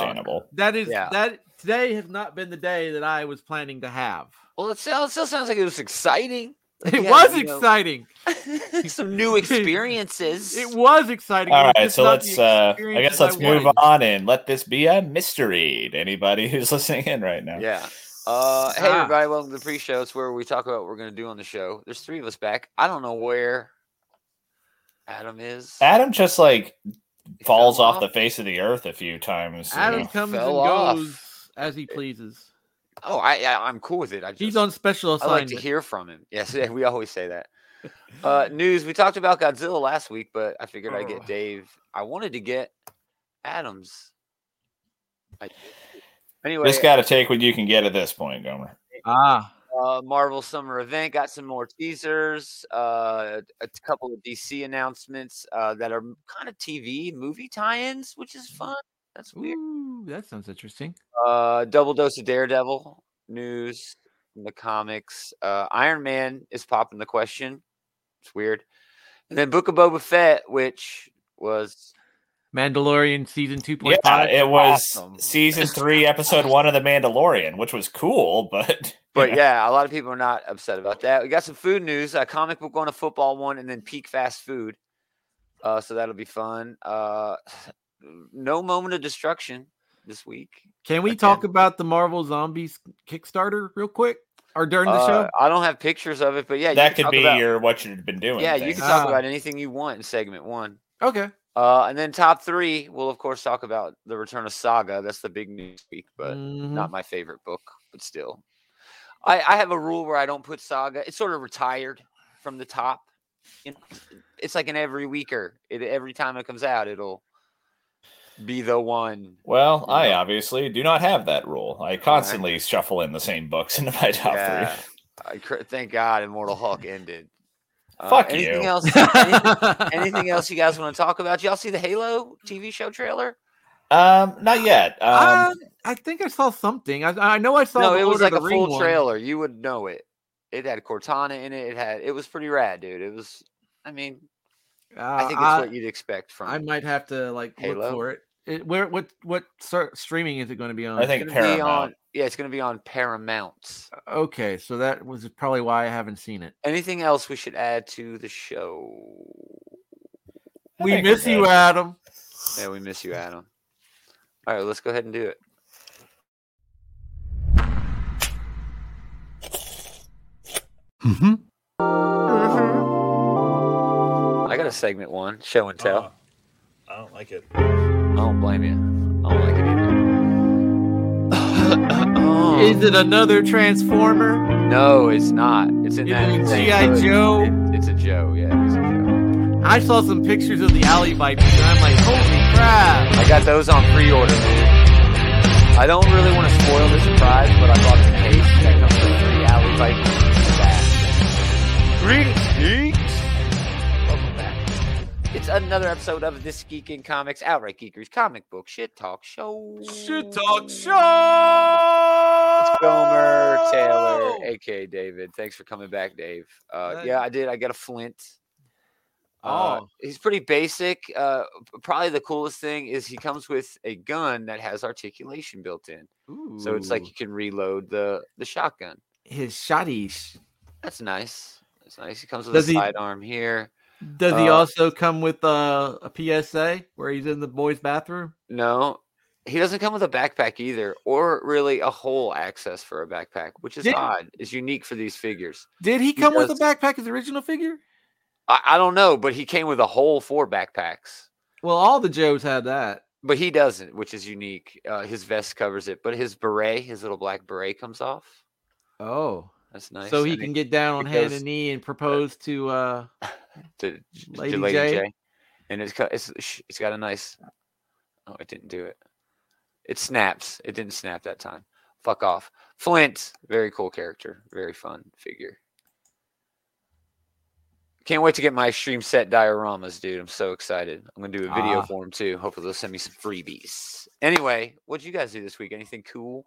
understandable. That is Yeah. that today has not been the day that I was planning to have. Well, it sounds still sounds like it was exciting. It Yeah, was you know. exciting. Some new experiences. It was exciting. All It was right, just so not let's. the uh I experience guess let's I move wanted. on and let this be a mystery to anybody who's listening in right now. Yeah. Uh, hey Ah. everybody, welcome to the pre-show. It's where we talk about what we're gonna do on the show. There's three of us back. I don't know where Adam is. Adam just like He fell falls off the face of the earth a few times. you e-, Adam know. comes and Fell off. goes as he pleases. Oh, I, I I'm cool with it. I just, He's on special I like assignment. to hear from him. Yes, yeah, we always say that. Uh, news. We talked about Godzilla last week, but I figured I'd get Ugh. Dave. I wanted to get Adams. I, anyway, Just got to take what you can get at this point, Gomer. ah, uh, Marvel Summer Event got some more teasers, uh, a couple of DC announcements uh, that are kind of TV movie tie-ins, which is fun. That's weird. ooh, that sounds interesting. Uh, double dose of Daredevil news from the comics. Uh, Iron Man is popping the question. It's weird. And then Book of Boba Fett, which was Mandalorian season two point Yeah, five. it was awesome. season three, episode one of The Mandalorian, which was cool, but But yeah, a lot of people are not upset about that. We got some food news, a comic book one, a football one, and then peak fast food. Uh, so that'll be fun. Uh, no moment of destruction this week. Can we Again. talk about the Marvel Zombies Kickstarter real quick or during the Uh, show? I don't have pictures of it, but yeah, you that can could talk be about- your what you've been doing. yeah. You thing. can talk Ah. about anything you want in segment one. Okay. Uh, and then top three, we'll of course talk about the return of Saga. That's the big news week, but Mhm. not my favorite book, but still. I, I have a rule where I don't put Saga. It's sort of retired from the top. You know, it's like an every weeker. It, every time it comes out, it'll be the one. Well, you I know. obviously do not have that rule. I constantly shuffle in the same books into my top Yeah. three. I, cr- thank God Immortal Hulk ended. Uh, Fuck anything you. Else, anything, anything else you guys want to talk about? Y'all see the Halo TV show trailer? Um, not yet. Um, I, I think I saw something. I, I know I saw. no, the it Lord was like of a the Ring full one. trailer. You would know it. It had Cortana in it. It had. It was pretty rad, dude. It was. I mean, Uh, I think it's I, what you'd expect from. I might have to like Halo. look for it. It- Where what what ser- streaming is it going to be on? I think It's gonna be on, Paramount. yeah, it's going to be on Paramount. Okay, so that was probably why I haven't seen it. Anything else we should add to the show? I We think miss we're you, good. Adam. Yeah, we miss you, Adam. All right, let's go ahead and do it. Mm-hmm. I got a segment one, show and tell. I don't like it. Uh, I don't blame you. I don't like it either. Is it another Transformer? Oh, No, it's not. It's in Is that. it a same G.I. hood. Joe? It- it's a Joe. Yeah, it's a Joe. I saw some pictures of the alley bike, and I'm like, holy crap! I got those on pre-order. Man. I don't really want to spoil the surprise, but I bought the case that comes with three alley bike Greetings, geeks. Welcome back. It's another episode of This Geek in Comics Outright Geekers Comic Book Shit Talk Show. Shit talk show. It's Gomer Oh! Taylor, aka David. Thanks for coming back, Dave. Uh, Uh, yeah, I did. I got a flint. Uh, Oh. he's pretty basic. Uh, p- probably the coolest thing is he comes with a gun that has articulation built in, so it's like Ooh. you can reload the the shotgun. his shotties. That's nice. That's nice. He comes with Does a he- sidearm here. Does he Uh, also come with uh, a PSA where he's in the boys' bathroom? No, he doesn't come with a backpack either, or really a whole access for a backpack, which is Didn't- odd. Is unique for these figures. Did he He come with a does. backpack as original figure? I, I don't know, but he came with a whole four backpacks. Well, all the Joes had that. But he doesn't, which is unique. Uh, his vest covers it, but his beret, his little black beret, comes off. Oh, That's nice. so he And can get down on it hand goes- and knee and propose to. uh to, J- to Lady Lady, J. J. and it's co- it's sh- it's got a nice. Oh, it didn't do it. It snaps. It didn't snap that time. Fuck off, Flint. Very cool character. Very fun figure. Can't wait to get my stream set dioramas, dude. I'm so excited. I'm gonna do a video Ah. for them too. Hopefully they'll send me some freebies. Anyway, what'd you guys do this week? Anything cool?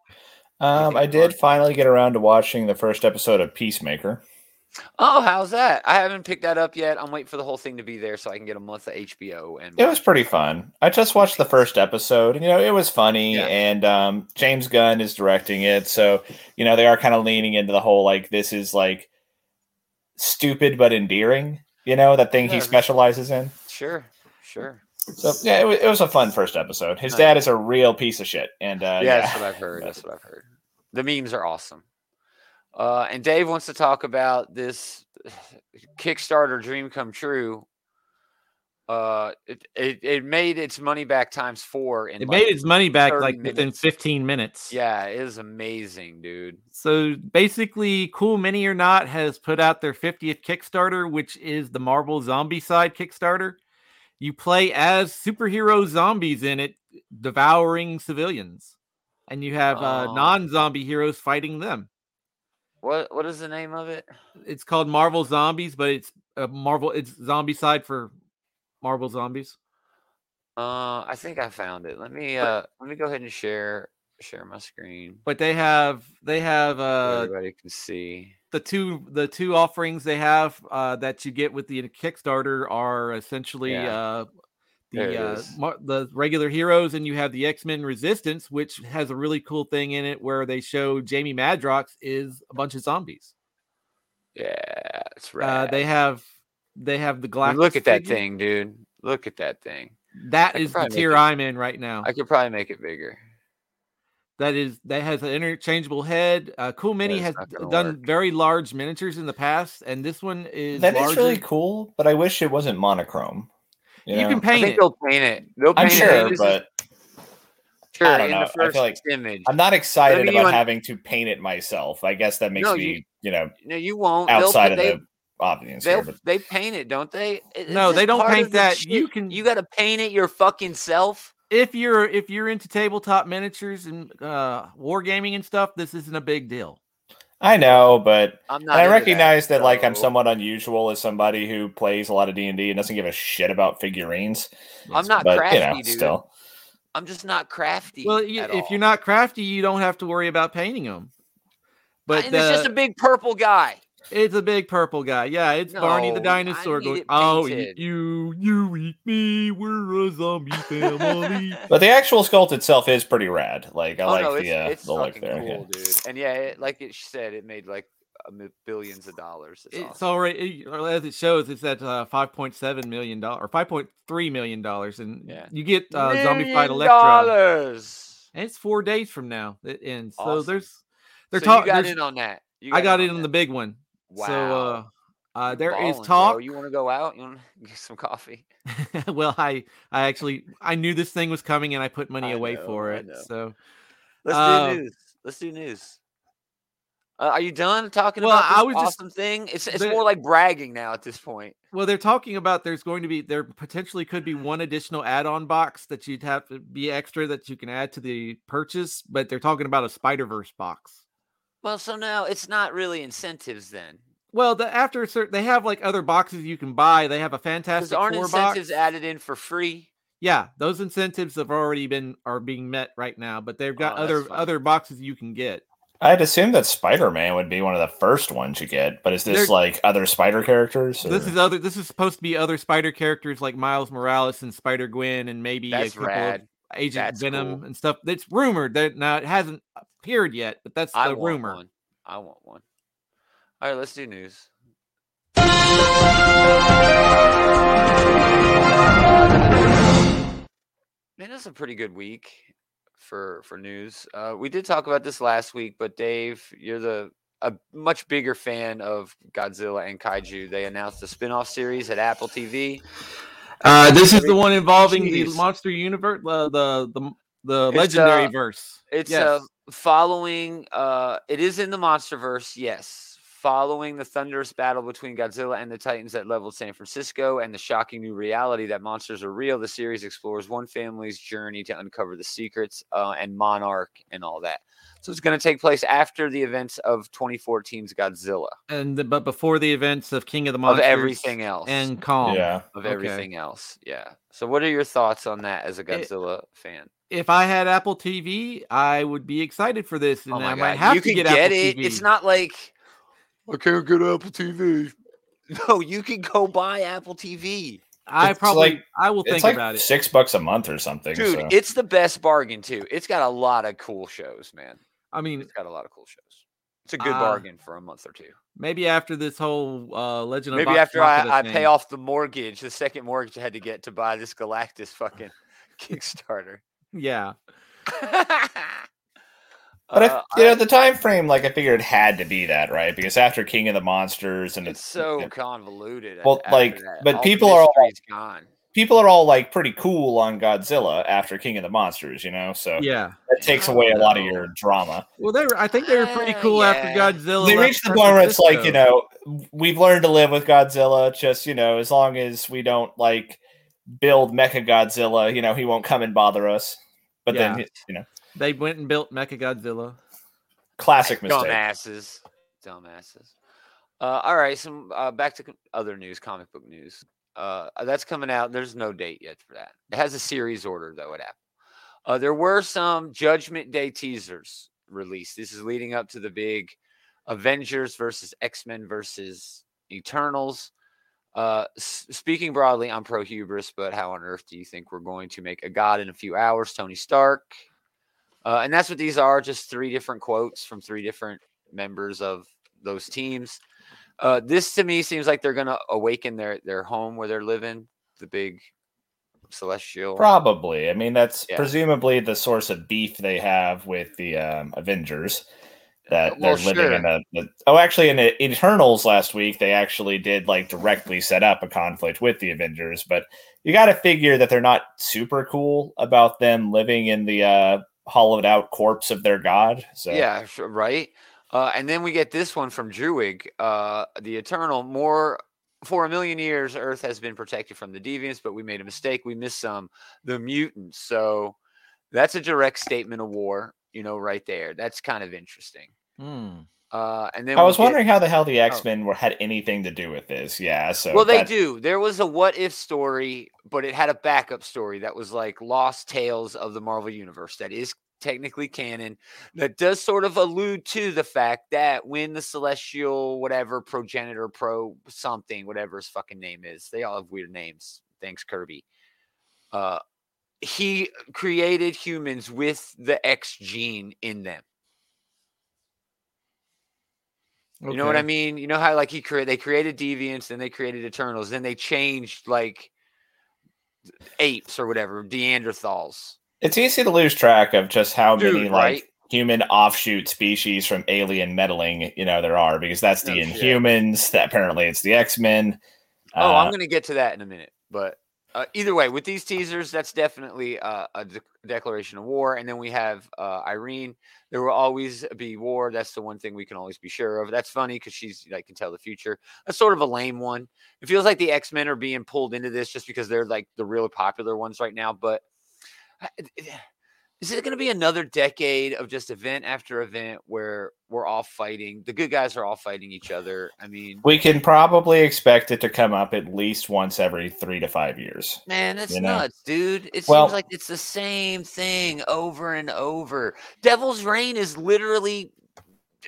um, I think did Mark- finally get around to watching the first episode of Peacemaker. Oh, how's that? I haven't picked that up yet. I'm waiting for the whole thing to be there so I can get a month of HBO. And It was pretty fun. I just watched the first episode, and you know it was funny. Yeah. And um, James Gunn is directing it, so you know they are kind of leaning into the whole like this is like stupid but endearing. You know that thing he Yeah. specializes in. sure, sure. So yeah, it was, it was a fun first episode. His Nice. dad is a real piece of shit, and uh, yeah, that's what I've heard. That's what I've heard. The memes are awesome. Uh, and Dave wants to talk about this Kickstarter dream come true. Uh, it, it, it made its money back times four. In It like- made its money back 30 like within minutes. 15 minutes. yeah, it is amazing, dude. So basically, Cool Mini or Not has put out their 50th Kickstarter, which is the Marvel Zombie Side Kickstarter. You play as superhero zombies in it, devouring civilians, and you have uh, Oh. non-zombie heroes fighting them. What what is the name of it? It's called Marvel Zombies, but it's uh, Marvel. It's Zombie Side for Marvel Zombies. Uh, I think I found it. Let me uh let me go ahead and share share my screen But they have they have so uh, everybody can see. the two the two offerings they have uh, that you get with the Kickstarter are essentially Yeah. uh, There it the uh, is. mar- the regular heroes, and you have the X Men Resistance, which has a really cool thing in it where they show Jamie Madrox is a bunch of zombies. Yeah, it's Uh, right. they have they have the Galactus. look at that figure. thing, dude. Look at that thing. I That could is the probably make tier it- I'm in right now. I could probably make it bigger. that is that has an interchangeable head. Uh, cool Mini is has not d- gonna done work. very large miniatures in the past, and this one is that is larger. really cool. But I wish it wasn't monochrome. You, You, know? can I paint think it. they'll paint it. They'll I'm paint sure, it. but sure. I don't in know. I the feel first like- image. I'm not excited you about un- having to paint it myself. I guess that makes No, me, you- you, know, No, you won't. outside they'll, of they, the audience They'll, here. But they paint it, don't they? It- No, it's they just don't part paint of the that. shit. You can- You got to paint it your fucking self. if you're if you're into tabletop miniatures and uh wargaming and stuff, this isn't a big deal. I know, but I'm and not. I into recognize that, like I'm so- somewhat unusual as somebody who plays a lot of D and D and doesn't give a shit about figurines. I'm not but crafty, you know, dude. still, I'm just not crafty. Well, you, at if all. you're not crafty, you don't have to worry about painting them. But and it's just a the- big purple guy. it's a big purple guy. Yeah, it's Barney the No, I dinosaur. need Going, it oh, you, painted." you you eat me. We're a zombie family. but the actual sculpt itself is pretty rad. Like I oh like no, the it's, uh, it's the look fucking there. yeah. cool, dude. And yeah, it, like it said, it made like a mi- billions of dollars. It's it's awesome. already or as it shows, it's at uh, five point seven million dollars or five point three million dollars, and Yeah. you get uh, zombie fight Million Electra. Dollars. And it's four days from now it ends. So Awesome. there's they're They're so you talking. got in on that. You I got in in on the that. big one. Wow. So uh, uh, You're there is ballin', bro. talk. You want to go out? You want to get some coffee? well, I I actually I knew this thing was coming and I put money I away know, for I it. know. So Let's Uh, do news. Let's do news. Uh, are you done talking well, about this I was just- awesome thing? It's it's the- more like bragging now at this point. well, they're talking about there's going to be there potentially could be one additional add-on box that you'd have to be extra that you can add to the purchase, but they're talking about a Spider Verse box. Well, so now it's not really incentives then. Well, the after a certain, they have like other boxes you can buy. They have a Because fantastic aren't four incentives box. added in for free? yeah those incentives have already been are being met right now but they've got Oh, that's other fine. other boxes you can get I'd assume that Spider Man would be one of the first ones you get, but is this They're- like other Spider characters? this or- is other this is supposed to be other spider characters like miles morales and spider gwen and maybe That's a couple rad. of agent That's venom cool. and stuff that's rumored that now it hasn't appeared yet but that's I the want rumor one. I want one. All right, let's do news. Man, that's a pretty good week for for news. Uh, we did talk about this last week, but Dave, you're the a much bigger fan of Godzilla and Kaiju. They announced a spin-off series at Apple TV. uh this is the one involving the Jeez. monster universe the the the, the It's, legendary uh, verse It's Yes. uh, following. Uh, it is in the MonsterVerse, yes. Following the thunderous battle between Godzilla and the Titans that leveled San Francisco and the shocking new reality that monsters are real, the series explores one family's journey to uncover the secrets uh, and Monarch and all that. So it's going to take place after the events of 2014's Godzilla and the, but before the events of king of the of monsters everything else and calm yeah. of okay. everything else. Yeah. So what are your thoughts on that as a Godzilla fan? if I had Apple TV, I would be excited for this, and Oh my I god, might have you to could get, get Apple it. TV. It's not like I can't get Apple TV. No, you can go buy Apple TV. I It's probably like- I will it's think like about it. six bucks a month or something. Dude, so. it's the best bargain too. It's got a lot of cool shows, man. I Mm. mean, It's got a lot of cool shows. It's a good Uh, bargain for a month or two. maybe after this whole uh, Legend of Vox Maybe after Machina I, I pay thing. off the mortgage, the second mortgage I had to get to buy this Galactus fucking Kickstarter. Yeah, But Uh, I, you know, the time frame, like I figured, it had to be that right because after King of the Monsters and it's so convoluted. Well, after like, that. but All people are all- mystery's gone. people are all like pretty cool on Godzilla after King of the Monsters, you know. So yeah. that takes away a lot of your drama. Well, they were. I think they were pretty Uh, cool yeah. after Godzilla. they left reached the San point where it's like you Francisco. know we've learned to live with Godzilla. Just you know, as long as we don't like build Mecha Godzilla, you know, he won't come and bother us. But then you know, they went and built Mechagodzilla. classic mistake. Dumbasses. Dumbasses. Uh, all right, some uh, back to com- other news, comic book news. Uh, that's coming out. There's no date yet for that. It has a series order though at Apple. Uh, there were some Judgment Day teasers released. This is leading up to the big Avengers versus X Men versus Eternals. Uh, s- speaking broadly, I'm pro hubris, but how on earth do you think we're going to make a god in a few hours? Tony Stark. Uh, and that's what these are just three different quotes from three different members of those teams. Uh, this to me seems like they're going to awaken their, their home where they're living, the big celestial. Probably. I mean, that's Yeah. presumably the source of beef they have with the um, Avengers that Uh, Well, they're living in a, the- Oh, actually, in the Eternals last week, they actually did like directly set up a conflict with the Avengers. But you got to figure that they're not super cool about them living in the uh, hollowed out corpse of their god. So Yeah, sure, right. Uh, and then we get this one from Druig, uh, the Eternal. More for a million years, Earth has been protected from the deviants, but we made a mistake. We missed some the mutants. So that's a direct statement of war, you know, right there. That's kind of interesting. Hmm. Uh, and then I we was get- Oh. wondering how the hell the X Men were had anything to do with this. Yeah. So Well, they that- do. There was a what if story, but it had a backup story that was like lost tales of the Marvel universe that is technically canon that does sort of allude to the fact that when the celestial whatever progenitor pro something whatever his fucking name is they all have weird names thanks kirby uh he created humans with the x gene in them You know what I Okay. mean? You know how like he created they created deviants, then they created Eternals, then they changed like apes or whatever, Neanderthals. It's easy to lose track of just how many Dude, like right? human offshoot species from alien meddling, you know, there are because that's the No shit. Inhumans. That apparently it's the X Men. oh, uh, I'm gonna get to that in a minute. But uh, either way, with these teasers, that's definitely uh, a de- declaration of war. And then we have uh, Irene. There will always be war. That's the one thing we can always be sure of. That's funny because she's like can tell the future. That's sort of a lame one. It feels like the X Men are being pulled into this just because they're like the really popular ones right now. But uh, I- is it going to be another decade of just event after event where we're all fighting? The good guys are all fighting each other. I mean, we can probably expect it to come up at least once every three to five years. Man, that's you know? nuts, dude. It Well- seems like it's the same thing over and over. Devil's Reign is literally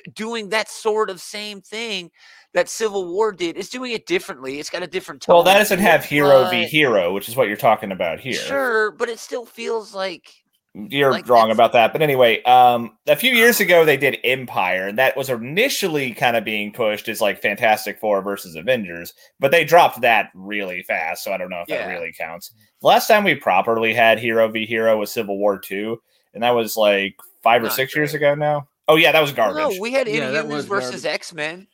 d- doing that sort of same thing that Civil War did. It's doing it differently. It's got a different tone. Well, that doesn't to it, have hero v but- hero, which is what you're talking about here. Sure, but it still feels like You're Like, wrong that's- about that. But anyway, um, a few years ago they did Empire, and that was initially kind of being pushed as like Fantastic Four versus Avengers, but they dropped that really fast. So I don't know if Yeah. that really counts. The last time we properly had Hero v Hero was Civil War Two, and that was like five or Not six years great. ago now. Oh yeah, that was no, garbage. we had Yeah, that Inhumans was versus X Men.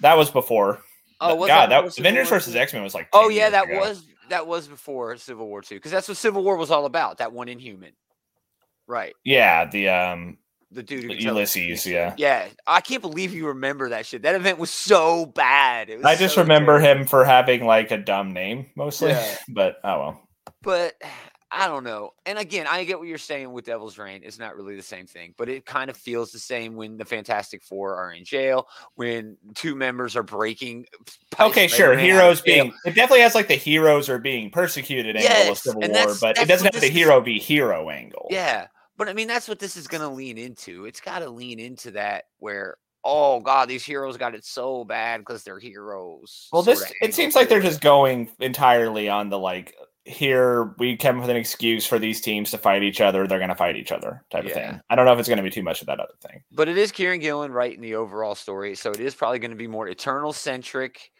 that was before. Oh, was God, that before Civil Avengers War versus too? X Men was like. Oh 10 yeah, years that ago. was that was before Civil War Two, because that's what Civil War was all about. That one Inhuman, right? Yeah, the um The dude who could tell the Ulysses. Yeah. Yeah, I can't believe you remember that shit. That event was so bad. It was I just so remember terrible. him for having like a dumb name mostly, Yeah. but oh well. but I don't know. And again, I get what you're saying with Devil's Reign. It's not really the same thing, but it kind of feels the same when the Fantastic Four are in jail, when two members are breaking. p- Okay, sure. Spider-Man out of Heroes jail. being it definitely has like the heroes are being persecuted angle of Yes, Civil and War, that's- but it that's doesn't what have the this is. hero be hero angle. Yeah. But I mean, that's what this is going to lean into. It's got to lean into that where oh god, these heroes got it so bad because they're heroes. Well, sorta this angle it seems like to they're it. just going entirely on the like here we come up with an excuse for these teams to fight each other. They're going to fight each other type of Yeah. thing. I don't know if it's going to be too much of that other thing. But it is Kieran Gillen writing the overall story, so it is probably going to be more Eternal centric,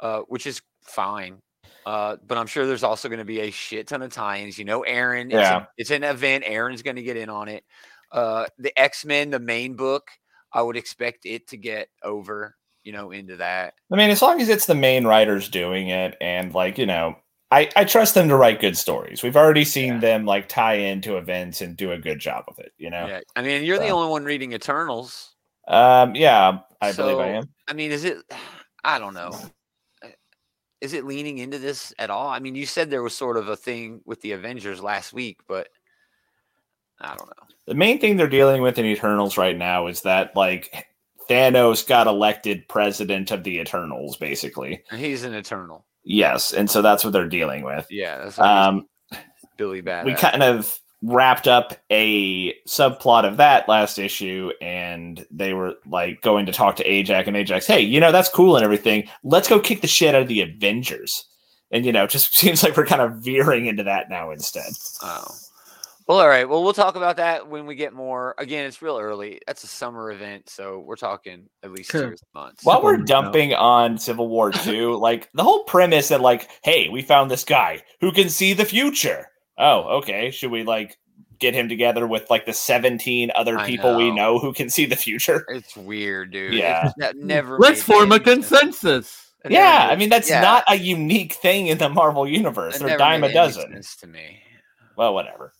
uh, which is fine. Uh, but I'm sure there's also going to be a shit ton of tie-ins. You know, Aaron. It's, Yeah. a- it's an event. Aaron's going to get in on it. Uh, the X Men, the main book. I would expect it to get over. You know, into that. I mean, as long as it's the main writers doing it, and like you know, I I trust them to write good stories. We've already seen Yeah. them like tie into events and do a good job of it. You know, Yeah. I mean, you're the So- only one reading Eternals. um, yeah, I believe I So- am. I mean, is it? I don't know. Uh, Is it leaning into this at all? I mean, you said there was sort of a thing with the Avengers last week, but I don't know. The main thing they're dealing with in Eternals right now is that like Thanos got elected president of the Eternals, basically. He's an Eternal. Yes, and so that's what they're dealing with. Yeah, that's what Um, Billy Bad. we kind of wrapped up a subplot of that last issue and they were like going to talk to ajax and ajax hey you know that's cool and everything let's go kick the shit out of the avengers and you know it just seems like we're kind of veering into that now instead Oh. Well, all right. Well, we'll talk about that when we get more. Again, it's real early. That's a summer event, so we're talking at least Sure. two months. while we're Superman, dumping on civil war 2 like the whole premise that like hey we found this guy who can see the future oh okay should we like get him together with like the 17 other I people we know. know who can see the future It's weird, dude. It- Yeah. that never. Let's made form a any sense. consensus. That never Yeah, made- I mean that's yeah, not a unique thing in the Marvel universe. that They're never dime made a any dozen. sense to me. Well, whatever.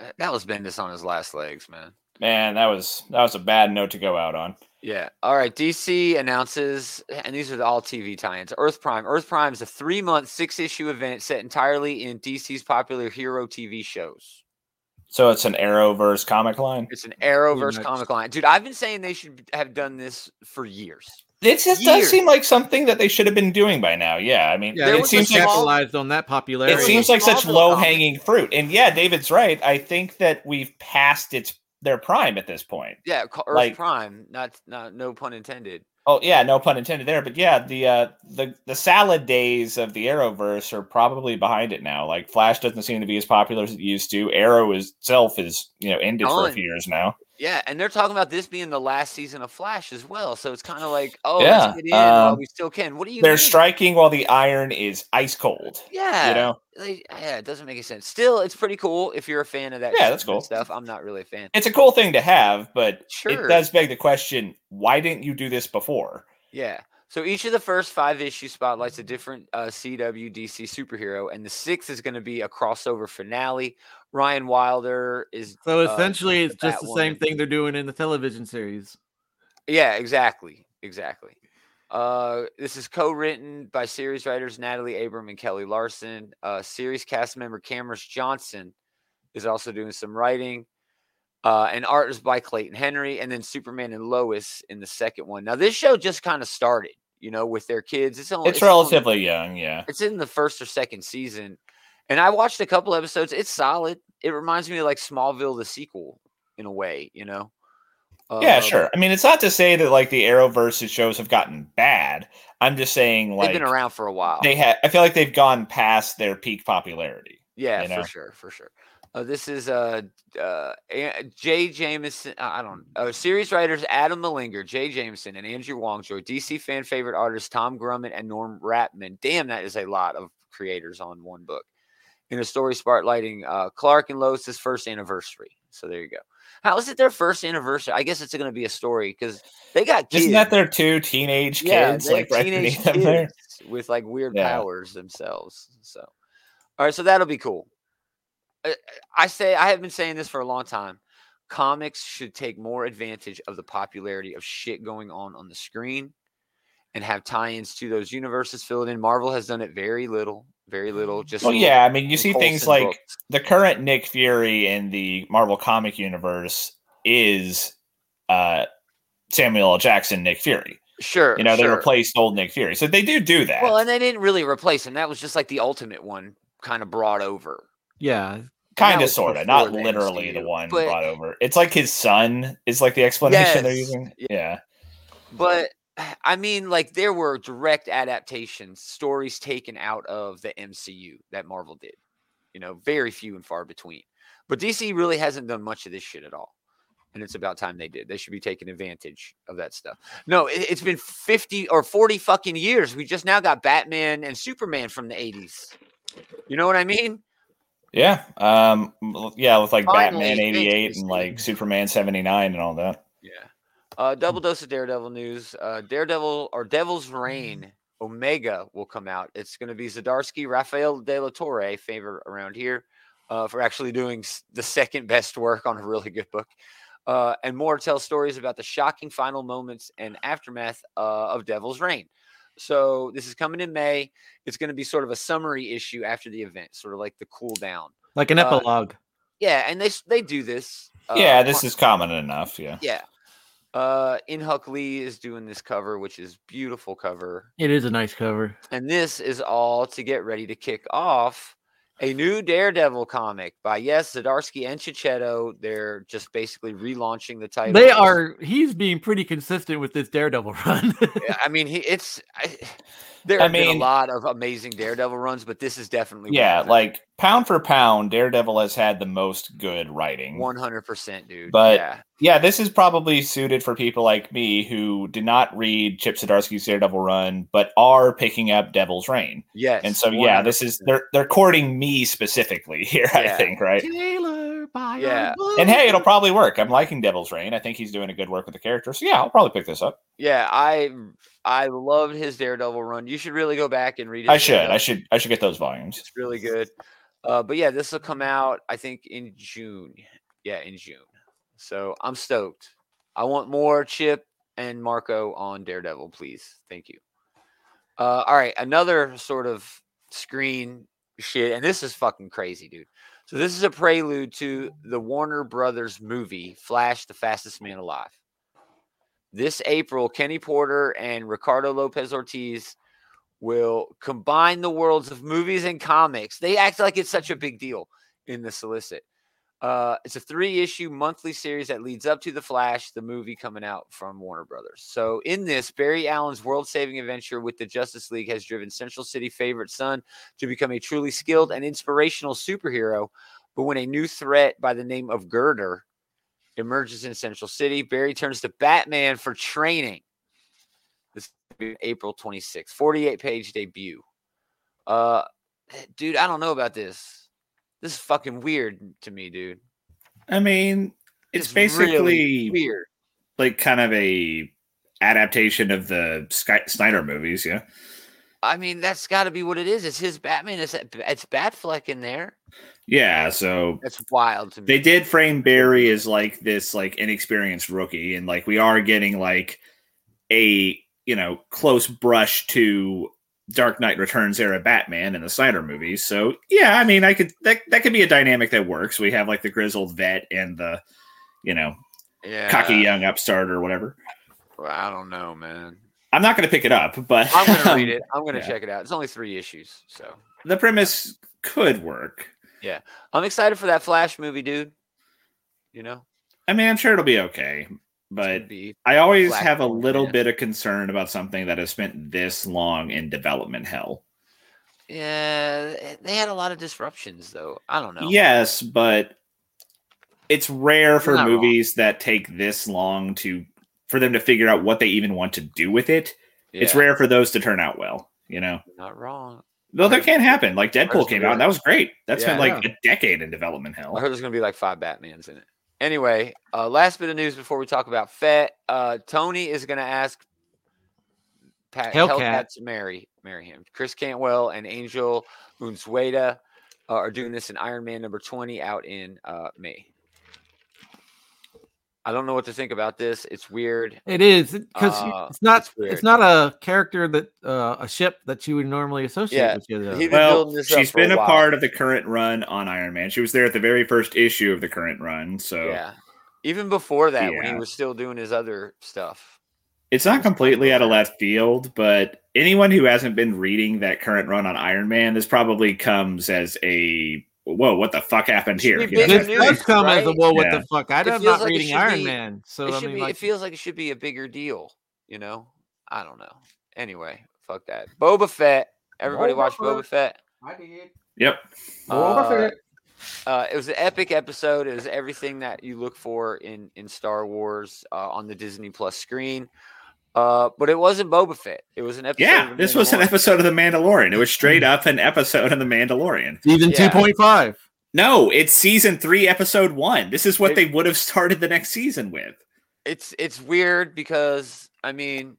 Uh, That was Bendis on his last legs, man. Man, that was that was a bad note to go out on. Yeah. All right. DC announces, and these are the all TV tie-ins. Earth Prime. Earth Prime is a three-month, six-issue event set entirely in DC's popular hero TV shows. So it's an Arrowverse comic line. It's an Arrowverse much. comic line, dude. I've been saying they should have done this for years. It just Years. does seem like something that they should have been doing by now. Yeah, I mean, Yeah, There they it was a seems like small- capitalized on that it popularity. seems a like such Smallville low comic. hanging fruit. And yeah, David's right. I think that we've passed its their prime at this point. Yeah, ca- Earth Like- Prime. Not, not, no pun intended. Oh yeah, no pun intended there. But yeah, the uh, the the salad days of the Arrowverse are probably behind it now. Like Flash doesn't seem to be as popular as it used to. Arrow itself is you know ended for a Gone. few years now. Yeah, and they're talking about this being the last season of Flash as well. So it's kind of like, oh, Yeah, let's get in while um, we still can. What do you? They're mean? striking while the iron is ice cold. Yeah. You know, like, yeah, it doesn't make any sense. Still, it's pretty cool if you're a fan of that. Yeah, that's kind cool. of stuff. I'm not really a fan. it's a cool thing to have, but Sure. it does beg the question: Why didn't you do this before? Yeah. So each of the first five issue spotlights a Mm. different uh, CW DC superhero, and the sixth is going to be a crossover finale. Ryan Wilder is so uh, essentially, it's the just the same Batwoman. thing they're doing in the television series. Yeah, exactly. Exactly. Uh, this is co-written by series writers Natalie Abram and Kelly Larson. Uh, series cast member Cameron Johnson is also doing some writing. Uh, and art is by Clayton Henry, and then Superman and Lois in the second one. Now, this show just kind of started, you know, with their kids. It's only It's only- relatively young, yeah. it's in the first or second season, and I watched a couple episodes. It's solid. It reminds me of like Smallville, the sequel, in a way, you know. Yeah, Uh, sure. I mean, it's not to say that like the Arrowverse shows have gotten bad. I'm just saying like They've been around for a while. they have i feel like they've gone past their peak popularity Yeah, you for know? sure, for sure. Uh, this is uh, uh A- Jay Jameson. uh, I Mm. don't. Uh, series writers Adam Malinger, Jay Jameson, and Andrew Wongjoy. DC fan favorite artists Tom Grumman and Norm Ratman. Damn, that is a lot of creators on one book. In a story spotlighting uh, Clark and Lois's first anniversary. So there you go. How is it their first anniversary? I guess it's going to be a story because they got kids. isn't that their two teenage Yeah, kids they have like right teenage beneath them there kids with like weird Yeah. powers themselves. So, all right, so that'll be cool. I, I say I have been saying this for a long time. Comics should take more advantage of the popularity of shit going on on the screen, and have tie-ins to those universes filled in. Marvel has done it very little, very little. Just well in- Mm-hmm. Oh, yeah i mean you in see things Coulson like books. the current nick fury in the marvel comic universe is uh samuel l jackson nick fury sure, you know they sure. replaced old nick fury so they do do that Well, and they didn't really replace him. That was just like the ultimate one, kind of brought over. Yeah, kind That of was sort of before not the literally the MCU, one but- brought over it's like his son is like the explanation they're Yes. using Yeah. yeah But I mean, like there were direct adaptations, stories taken out of the MCU that Marvel did. You know, very few and far between. But DC really hasn't done much of this shit at all. And it's about time they did. They should be taking advantage of that stuff. No, it, it's been 50 or 40 fucking years. We just now got Batman and Superman from the 80s. You know what I mean? yeah um l- yeah with like Finally, batman thank you, 88 and Steve. like superman 79 and all that Yeah. Uh, double dose of Daredevil news. Uh, Daredevil or Devil's Mm-hmm. Reign Omega will come out. It's going to be Zadarsky, Rafael De La Torre, favorite around here, uh, for actually doing s- the second best work on a really good book. Uh, and more tell stories about the shocking final moments and aftermath uh, of Devil's Reign. So this is coming in May. It's going to be sort of a summary issue after the event, sort of like the cool down. Like an Uh, epilogue. Yeah, and they s- they do this. uh, yeah this on- is common enough yeah yeah. Uh In Huck Lee is doing this cover, which is beautiful cover. It is a nice cover. And this is all to get ready to kick off a new Daredevil comic by yes, Zdarsky and Chichetto. They're just basically relaunching the title. They are. He's being pretty consistent with this Daredevil run. Yeah, I mean, he, it's I, there I have been mean- a lot of amazing Daredevil runs, but this is definitely one yeah of them. like pound for pound daredevil has had the most good writing 100%, dude. But- yeah. Yeah, this is probably suited for people like me who did not read Chip Zdarsky's Daredevil run, but are picking up Devil's Reign. yes, And so, yeah, this is 100%. they're they're courting me specifically here, I Yeah. think, right? Taylor by Yeah. And hey, it'll probably work. I'm liking Devil's Reign. I think he's doing a good work with the character. So yeah, I'll probably pick this up. yeah, I I loved his Daredevil run. You should really go back and read it. I should, I should, I should get those volumes. It's really good. Uh, but yeah, this will come out, I think, in June. Yeah, in June. So I'm stoked. I want more Chip and Marco on Daredevil, please. Thank you. Uh, all right, another sort of screen shit, and this is fucking crazy, dude. So this is a prelude to the Warner Brothers movie Flash: The Fastest Man Alive. This April, Kenny Porter and Ricardo Lopez Ortiz will combine the worlds of movies and comics. They act like it's such a big deal in the solicit. Uh, it's a three issue monthly series that leads up to The Flash, the movie coming out from Warner Brothers. So, in this, Barry Allen's world saving adventure with the Justice League has driven Central City favorite son to become a truly skilled and inspirational superhero. But when a new threat by the name of Girder emerges in Central City, Barry turns to Batman for training. This debut April 26th, 48 page debut. Uh, dude, I don't know about this. This is fucking weird to me, dude. I mean, It's really weird. like kind of a adaptation of the Sky- Snyder movies, yeah. I mean, that's got to be what it is. It's his Batman. It's it's Batfleck in there. Yeah, so That's wild to me. they did frame Barry as like this like inexperienced rookie, and like we are getting like a you know close brush to Dark Knight Returns era Batman in the Snyder movies. So yeah, I mean, I could that that could be a dynamic that works. We have like the grizzled vet and the you know yeah, cocky young upstart or whatever. Well, I don't know, man. I'm not going to pick it up, but I'm gonna read it. I'm gonna yeah. check it out. It's only three issues, so The premise could work. I'm excited for that Flash movie, dude. You know, I mean, I'm sure it'll be okay, It's gonna but be- I always Black have a Bolt, little yeah. bit of concern about something that has spent this long in development hell. yeah, they had a lot of disruptions though. I don't know. Yes, but it's rare for not wrong. movies that take this long to for them to figure out what they even want to do with it. It's Yeah, rare for those to turn out well, you know. you're Not wrong. Though that can happen. Like Deadpool First came out and that was great. That's been Yeah. like a decade in development I hell. heard there's gonna be like five Batmans in it. Anyway, uh, last bit of news before we talk about Fett. Uh, Tony is gonna ask Pat Hellcat. Hellcat to marry marry him. Chris Cantwell and Angel Unzueta uh, are doing this in Iron Man number 20 out in uh, May. I don't know what to think about this. It's weird. It is because Uh, it's not. it's It's, weird. not a character that uh, a ship that you would normally associate Yeah, with. You, though. he- Well, building this up she's for a been a while. part of the current run on Iron Man. She was there at the very first issue of the current run, so Yeah. Even before that, when he Oh. Yeah. was still doing his other stuff. It's not It's not completely out of bad. left field, but anyone who hasn't been reading that current run on Iron Man, this probably comes as a whoa, what the fuck happened here? You've You know, been- This that- news, does come as a right? whoa, what Yeah. the fuck? I, It am feels not like it reading should Iron be- Man, so it I should mean, be. like, it feels like it should be a bigger deal. You know, I don't know. Anyway, fuck that. Boba Fett. Everybody Boba watched Boba Fett. I did. yep. Boba Uh, Fett. Uh, it was an epic episode. It was everything that you look for in in Star Wars uh, on the Disney Plus screen. Uh, but it wasn't Boba Fett. It was an episode. Yeah, of this was an Mandalorian. episode of The Mandalorian. It was straight up an episode of The Mandalorian. season Yeah. 2.5. No, it's season three, episode one. This is what It- they would have started the next season with. It's it's weird because I mean,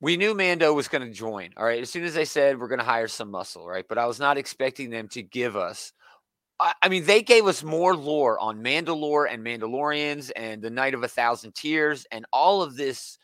we knew Mando was going to join. All right, as soon as they said we're going to hire some muscle, right? But I was not expecting them to give us. I, I mean, they gave us more lore on Mandalore and Mandalorians and the Night of a Thousand Tears and all of this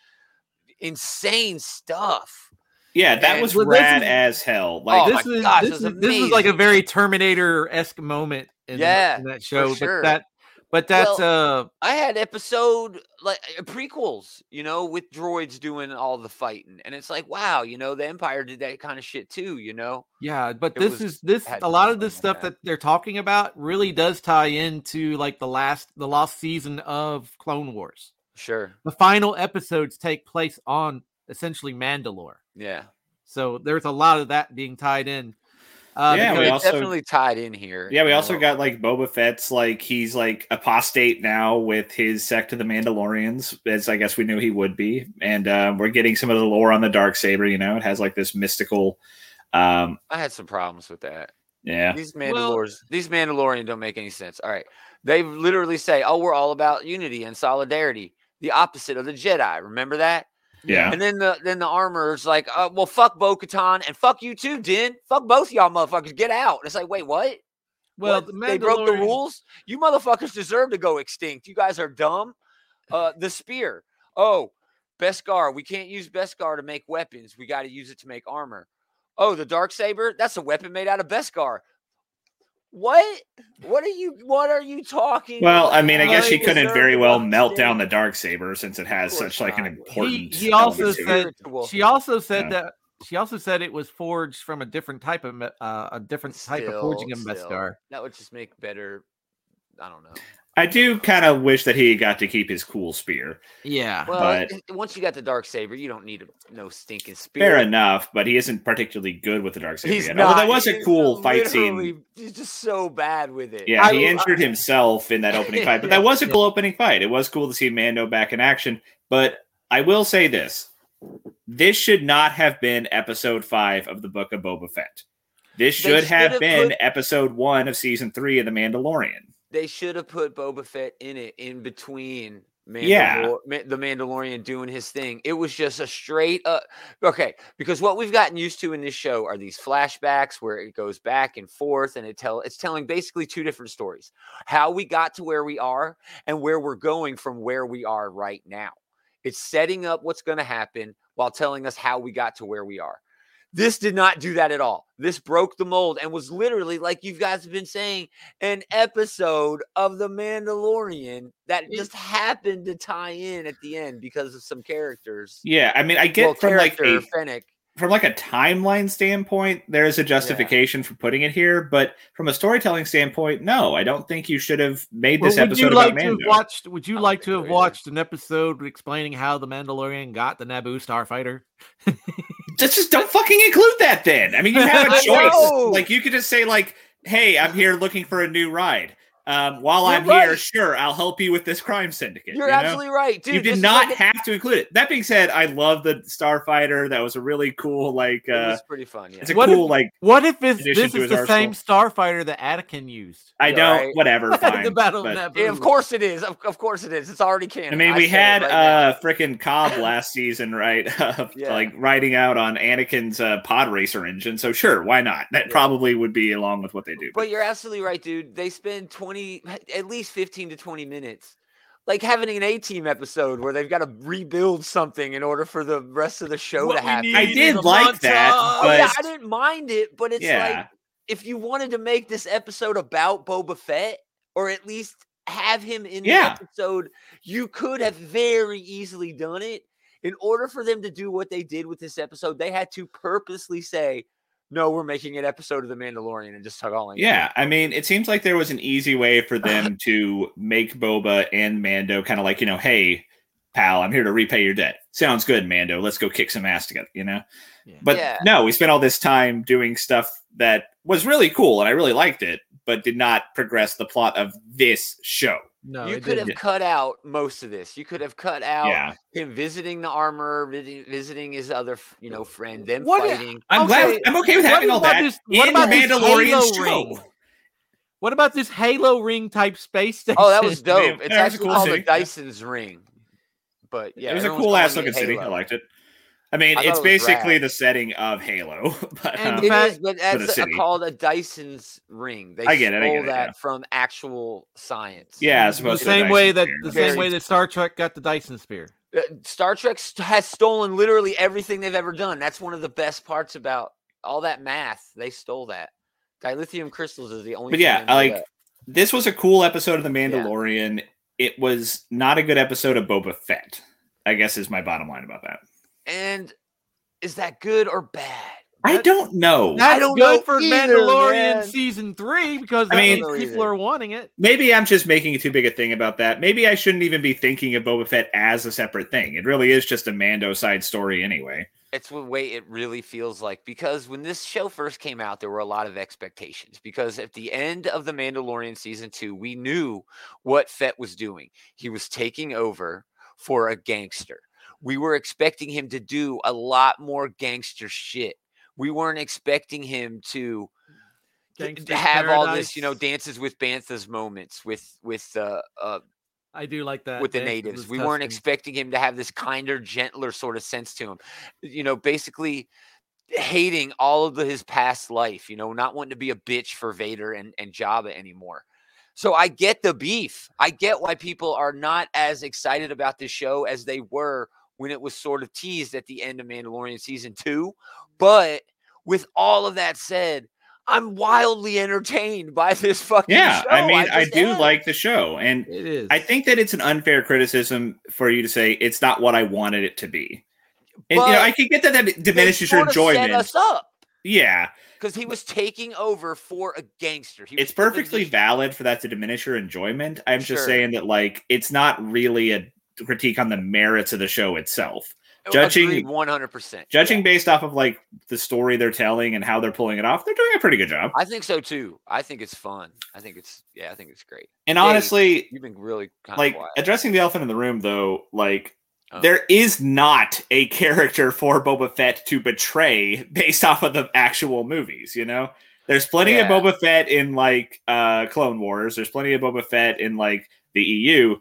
insane stuff. Yeah, that And- was Well, this rad is- as hell. Like, Oh this my is gosh, this it was is, this is like a amazing. very Terminator esque moment in, Yeah, in that show. sure. But that, but that's uh, I had episode like uh, prequels, you know, with droids doing all the fighting, and it's like, wow, you know, the Empire did that kind of shit too, you know. yeah. But it this was- is this had a lot of nothing this like stuff that. that they're talking about really does tie into like the last the lost season of Clone Wars. Sure. The final episodes take place on essentially Mandalore, Yeah. so there's a lot of that being tied in. Uh, Yeah, So we because- it's also- definitely tied in here. yeah, we you also know. got like Boba Fett's like he's like apostate now with his sect of the Mandalorians, as I guess we knew he would be, and um, we're getting some of the lore on the dark saber. You know, it has like this mystical. Um, I had some problems with that. yeah, These Well- Mandalores, these Mandalorian don't make any sense. All right. They literally say, "Oh, we're all about unity and solidarity." The opposite of the Jedi. Remember that? yeah. And then the then the armor's like, uh, "Well, fuck Bo-Katan and fuck you too, Din. Fuck both y'all motherfuckers. Get out." And it's like, "Wait, what?" well, What? they broke the Mandalorian- rules. You motherfuckers deserve to go extinct. You guys are dumb. Uh, the spear. Oh, Beskar. We can't use Beskar to make weapons. We got to use it to make armor. Oh, the dark saber. That's a weapon made out of Beskar. What? What are you? What are you talking? Well, I mean, I about? guess he They couldn't deserve very to well go melt extinct. down the dark saber since it has Of course such like an not. important. He- he also element to it. said- Spiritual. She also said Yeah. that she also said it was forged from a different type of me- uh, a different type of forging of Still- still, mescar. That would just make better. I don't know. I do kind of wish that he got to keep his cool spear. Yeah. Well, Ah, But- it- once you got the dark saber, you don't need a, no stinking spear. Fair enough, but he isn't particularly good with the dark saber. He's yet. not. Although that uh, was a He's cool fight scene. literally- He's just so bad with it. Yeah, I- he I- injured himself in that opening fight, but that was a cool opening fight. It was cool to see Mando back in action. But I will say this: this should not have been Episode Five of the Book of Boba Fett. This They should should have have been put- Episode One of Season Three of The Mandalorian. They should have put Boba Fett in it in between. Mandalor- Yeah. Ma- the Mandalorian doing his thing. It was just a straight up okay. Because what we've gotten used to in this show are these flashbacks where it goes back and forth, and it tell it's telling basically two different stories: how we got to where we are and where we're going from where we are right now. It's setting up what's going to happen while telling us how we got to where we are. This did not do that at all. This broke the mold and was literally, like you guys have been saying, an episode of The Mandalorian that It- just happened to tie in at the end because of some characters. Yeah, I mean, I get well, from like character a Fennec. from like a timeline standpoint, there is a justification for putting it here, but from a storytelling standpoint, no, I don't think you should have made Well, this would you episode like about to have Mando. watched? Would I you don't like think to so have either. watched an episode explaining how the Mandalorian got the Naboo starfighter? just, just don't fucking include that then. I mean, you have a I know. choice. Like you could just say like, "Hey, I'm here looking for a new ride. Um, while You're I'm here, right. sure, I'll help you with this crime syndicate." You're you know? absolutely right, dude. you this did is not like a- have to include it. That being said, I love the Starfighter. That was a really cool, like, it uh, was pretty fun. Yeah. it's a What if- cool, like, What if it's, addition this to is his the same starfighter that Anakin used? I Yeah, don't, right. whatever, at fine. the Battle but- of Naboo. Yeah, of course it is. Of, of course it is. It's already canon. I mean, we had said it right now. uh freaking Cobb last season, right? Of, Yeah. Like riding out on Anakin's uh, pod racer engine. So sure, why not? That Yeah. probably would be along with what they do. But you're absolutely right, dude. They spend 20, at least 15 to 20 minutes, like having an A team episode where they've got to rebuild something in order for the rest of the show What to we happen. need I is did a like that, montage. Oh, yeah, but- I didn't mind it, but it's yeah, like if you wanted to make this episode about Boba Fett, or at least have him in Yeah. the episode, you could have very easily done it. In order for them to do what they did with this episode, they had to purposely say, no, we're making an episode of The Mandalorian and just calling. it. Yeah, I mean, it seems like there was an easy way for them to make Boba and Mando kind of like, you know, hey, pal, I'm here to repay your debt. Sounds good, Mando. Let's go kick some ass together, you know? Yeah. But Yeah. no, we spent all this time doing stuff that was really cool and I really liked it, but did not progress the plot of this show. No, you it could have didn't. cut out most of this. You could have cut out Yeah. him visiting the armor, visi- visiting his other, f- you know, friend, them What i- fighting. I'm Okay, glad I'm okay with what having all about that this- in what about this Mandalorian's Halo show. ring? What about this Halo ring type space station? Oh, that was Man, dope. that It's was a actually cool called the city, yeah. Dyson's ring. But yeah, it was a everyone's cool ass calling looking it city. I Halo. liked it. I mean, I thought it's it was rad. basically the setting of Halo. But, And um, the It fact- is, but the that's a- city. called a Dyson's ring. They I get it, I stole get it, that yeah. from actual science. yeah, as the opposed to same Dyson way that Sphere. the Very same way that Star Trek got the Dyson Sphere. Uh, Star Trek st- has stolen literally everything they've ever done. That's one of the best parts about all that math. They stole that. Dilithium crystals is the only. But thing yeah, they I made like up. this was a cool episode of The Yeah. Mandalorian. It was not a good episode of Boba Fett. I guess is my bottom line about that. And is that good or bad? I That- don't know. That's don't good know for either, Mandalorian man. season three because I that's mean- what people are wanting it. Maybe I'm just making too big a thing about that. Maybe I shouldn't even be thinking of Boba Fett as a separate thing. It really is just a Mando side story anyway. It's the way it really feels like because when this show first came out, there were a lot of expectations. Because at the end of The Mandalorian season two, we knew what Fett was doing. He was taking over for a gangster. We were expecting him to do a lot more gangster shit. We weren't expecting him to d- Gangster's d- have all this, you know, Paradise. dances with Banthas moments with with uh, uh I do like that Eh, with the Dance with natives. We weren't Tusken. expecting him to have this kinder, gentler sort of sense to him. You know, basically hating all of the, his past life, you know, not wanting to be a bitch for Vader and, and Jabba anymore. So I get the beef. I get why people are not as excited about this show as they were when it was sort of teased at the end of Mandalorian season two. But with all of that said, I'm wildly entertained by this fucking Yeah, show. I mean, I, just do am. like the show, and It is. I think that it's an unfair criticism for you to say it's not what I wanted it to be. And you know, But I can get that that They diminishes your sorta Set enjoyment. us up. Yeah, because he was taking over for a gangster. He it's was doing perfectly this- valid for that to diminish your enjoyment. I'm just Sure. saying that like it's not really a critique on the merits of the show itself. judging- Agreed, 100%. Judging Yeah. based off of like the story they're telling and how they're pulling it off, they're doing a pretty good job. I think so too. I think it's fun. I think it's yeah. I think it's great. And Yeah, you- honestly, You've been really kind like of quiet. addressing the elephant in the room though, like Oh. there is not a character for Boba Fett to betray based off of the actual movies, you know? There's plenty Yeah. of Boba Fett in like uh Clone Wars, there's plenty of Boba Fett in like the EU.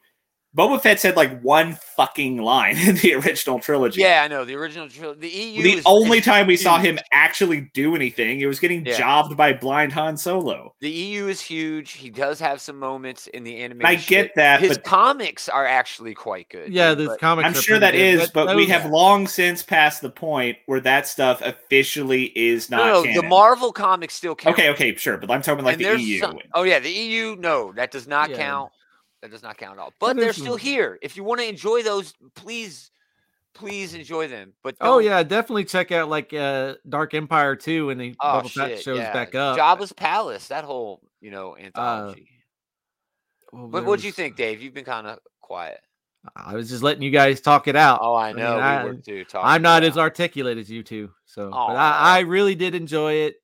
Boba Fett said like one fucking line in the original trilogy. Yeah, I know the original trilogy. The EU. The is- only is- time we saw him actually do anything, it was getting Yeah. jobbed by blind Han Solo. The EU is huge. He does have some moments in the anime. And I get that, His but comics are actually quite good. yeah, dude, this but comic. I'm sure that is, but we have long since passed the point where that stuff officially is not. no, no, the canon. Marvel comics still count. Okay, okay, sure, but I'm talking like And the E there's EU. some- oh yeah, the EU. No, that does not Yeah. count. That does not count at all. But they're there's still some- here. If you want to enjoy those, please, please enjoy them. But Oh don't- yeah, definitely check out like uh Dark Empire 2 when the oh Boba Fett shit, shows yeah. back up. Jabba's Palace. That whole you know anthology. Well, Uh, what Oh, there what do you was- think, Dave? You've been kind of quiet. I was just letting you guys talk it out. Oh, I mean, know. I- we were too talking I'm not about- as articulate as you two, so but I, I really did enjoy it.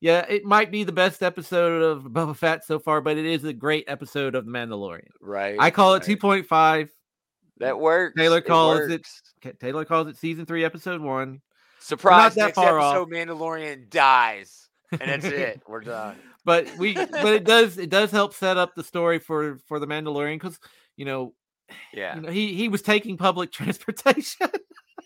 Yeah, it might be the best episode of Boba Fett so far, but it is a great episode of The Mandalorian. right. I call it right. 2.5. That works. Taylor calls it- works. Ca- Taylor calls it season three, episode one. Surprise! that next far episode, off. Mandalorian dies, and that's it. We're done. but we but it does it does help set up the story for for the Mandalorian because you know, Yeah. you know he he was taking public transportation.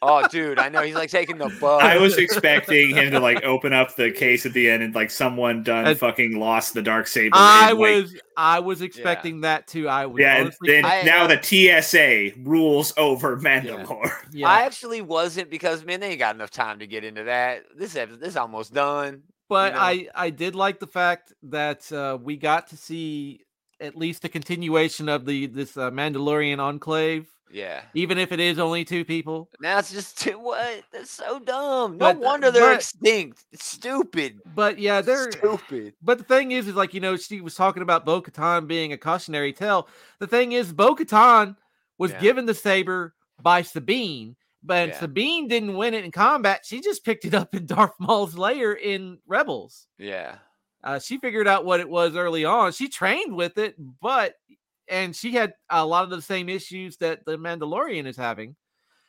Oh, dude, I know he's like taking the bus. I was expecting him to like open up the case at the end and like someone done And- fucking lost the dark saber. I and, like, was I was expecting that too. I was yeah. And honestly- then I- now the TSA rules over Mandalore. yeah. I actually wasn't because man, they ain't got enough time to get into that. This episode, this is almost done. but know. I I did like the fact that uh, we got to see at least a continuation of the this uh, Mandalorian enclave Yeah. even if it is only two people. Now it's just too what? That's so dumb. No But- wonder they're but- extinct. It's stupid. But yeah, they're stupid. But the thing is, is like you know, she was talking about Bo Katan being a cautionary tale. The thing is, Bo Katan was Yeah. given the saber by Sabine, but Yeah. Sabine didn't win it in combat. She just picked it up in Darth Maul's lair in Rebels. Yeah. Uh, she figured out what it was early on. She trained with it, but and she had a lot of the same issues that the Mandalorian is having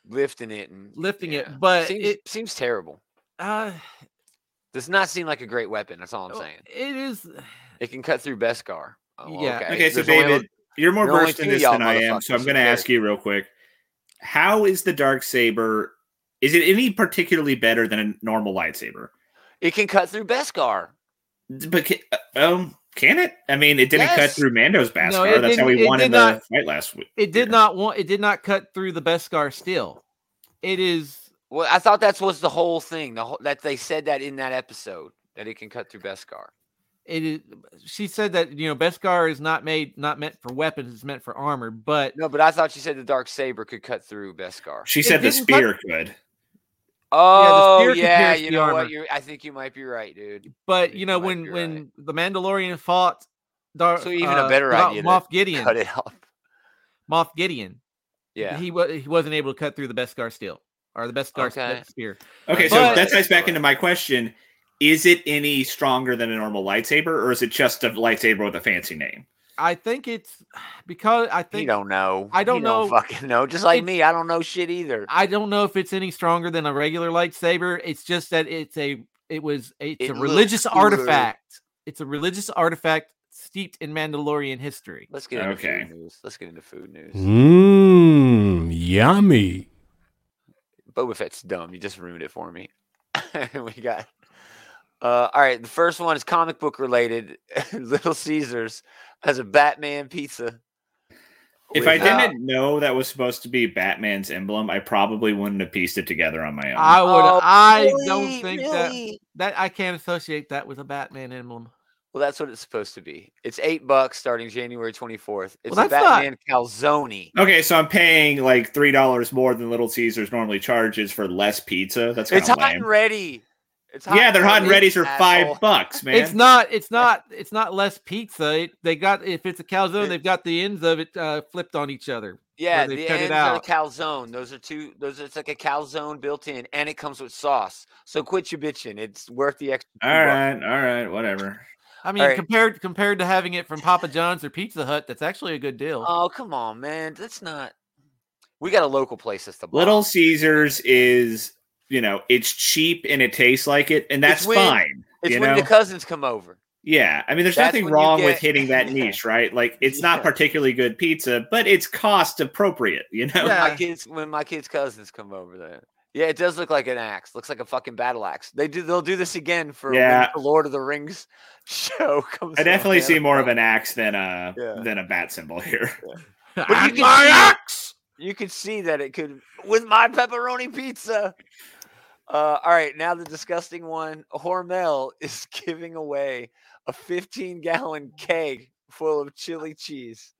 Lifting it and lifting yeah. it. But seems it seems terrible. uh, Does not seem like a great weapon. That's Oh. all I'm saying. it is It can cut through Beskar. Oh, Yeah. Okay, so There's only- David, you're more there are only versed in two of this y'all than I am, so I'm motherfuckers, going to okay? ask you real quick: How is the dark saber? Is it any particularly better than a normal lightsaber? it can cut through Beskar. But ca- um, can it? I mean, it didn't cut Yes. through Mando's Beskar. it That's how didn't- we it won did in the not- fight last week. it did Yeah. not want it did not cut through the Beskar steel. It is Well, I thought that was the whole thing. The whole, that they said that in that episode that it can cut through Beskar. it is she said that you know Beskar is not made not meant for weapons, it's meant for armor, but No, but I thought you said the dark saber could cut through Beskar. She It said the didn't cut- spear could. Oh spear yeah, could pierce you the know armor. what? You're, I think you might be right, dude. but think you know you might when be when right. the Mandalorian fought Dar- So even a better Dar- idea to Moff Gideon Cut it off. Moff Gideon Yeah. he was he wasn't able to cut through the Beskar steel or the Beskar s- Okay. spear. Okay, so But- that ties back into my question: Is it any stronger than a normal lightsaber, or is it just a lightsaber with a fancy name? I think it's because I You think don't know. I don't He know. fucking know. Just like It- me, I don't know shit either. I don't know if it's any stronger than a regular lightsaber. It's just that it's a it was a, it's It a looks religious cooler. artifact. It's a religious artifact steeped in Mandalorian history. Let's get into Okay. food news. Let's get into food news. Mm-hmm. Mmm, yummy. Boba Fett's dumb. You just ruined it for me. we got. Uh, all right, the first one is comic book related. Little Caesars has a Batman pizza. If I with, uh, didn't know that was supposed to be Batman's emblem, I probably wouldn't have pieced it together on my own. I would. Oh, I really? don't think that Really? that I can't associate that with a Batman emblem. Well, that's what it's supposed to be. It's eight bucks starting January twenty fourth. It's Well, a that's not- Batman calzone. Okay, so I'm paying like three dollars more than Little Caesars normally charges for less pizza. That's kind It's of hot and lame. ready. It's yeah, they're hot and ready for asshole. five bucks, man. It's not. It's not. It's not less pizza. It, they got if it's a calzone, they've got the ends of it uh, flipped on each other. Yeah, they the cut it ends are out. the calzone. Those are two. Those it's like a calzone built in, and it comes with sauce. So quit your bitching. It's worth the extra. all two bucks. right, all right, whatever. I mean, right. compared compared to having it from Papa John's or Pizza Hut, that's actually a good deal. Oh come on, man. That's not. We got a local place that's the bomb. Little Caesars is, you know, it's cheap and it tastes like it, and It's that's when- fine. It's you when the know? cousins come over. Yeah, I mean, there's That's nothing when you wrong with get- hitting that Yeah. niche, right? Like, it's Yeah. not particularly good pizza, but it's cost appropriate, you know. When my Yeah. kids when my kids cousins come over there. Yeah, it does look like an axe. Looks like a fucking battle axe. They do. They'll do this again for when Yeah. the Lord of the Rings show comes. I out, definitely man. see more of an axe than a Yeah. than a bat symbol here. you And can my see- axe! You could see that it could with my pepperoni pizza. Uh, all right, now the disgusting one. Hormel is giving away a 15 gallon keg full of chili cheese.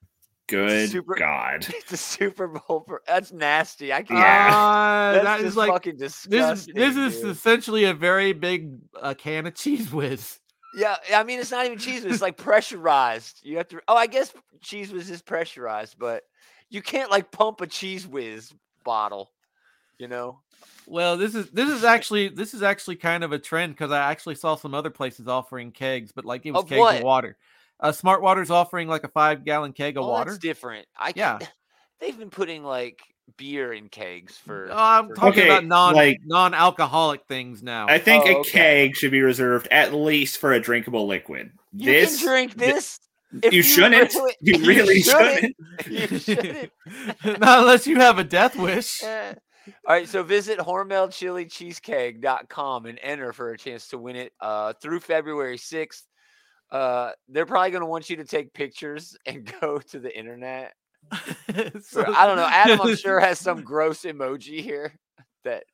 Good Super- God. It's a Super Bowl. For, that's nasty. I can't. Yeah. Uh, That's that just is like fucking this. disgusting. This is dude. essentially a very big uh, can of cheese whiz. yeah. I mean, it's not even cheese. It's like pressurized. You have to. Oh, I guess cheese whiz is pressurized, but you can't like pump a cheese whiz bottle. You know. Well, this is this is actually this is actually kind of a trend because I actually saw some other places offering kegs, but like it was Of kegs what? of water. Uh, Smart Water's offering like a five gallon keg of Oh, water. That's different. I Yeah. yeah. They've been putting like beer in kegs for. Oh, I'm for- talking Okay, about non like- non alcoholic things now. I think Oh, a okay. keg should be reserved at least for a drinkable liquid. you this can drink th- this. you, if you shouldn't. really- you you really shouldn't. shouldn't. You shouldn't. not unless you have a death wish. Uh, Eh. All right, so visit hormelchilicheesecake.com and enter for a chance to win it uh, through February 6th. Uh, they're probably going to want you to take pictures and go to the internet. So- For, I don't know. Adam, I'm sure, has some gross emoji here that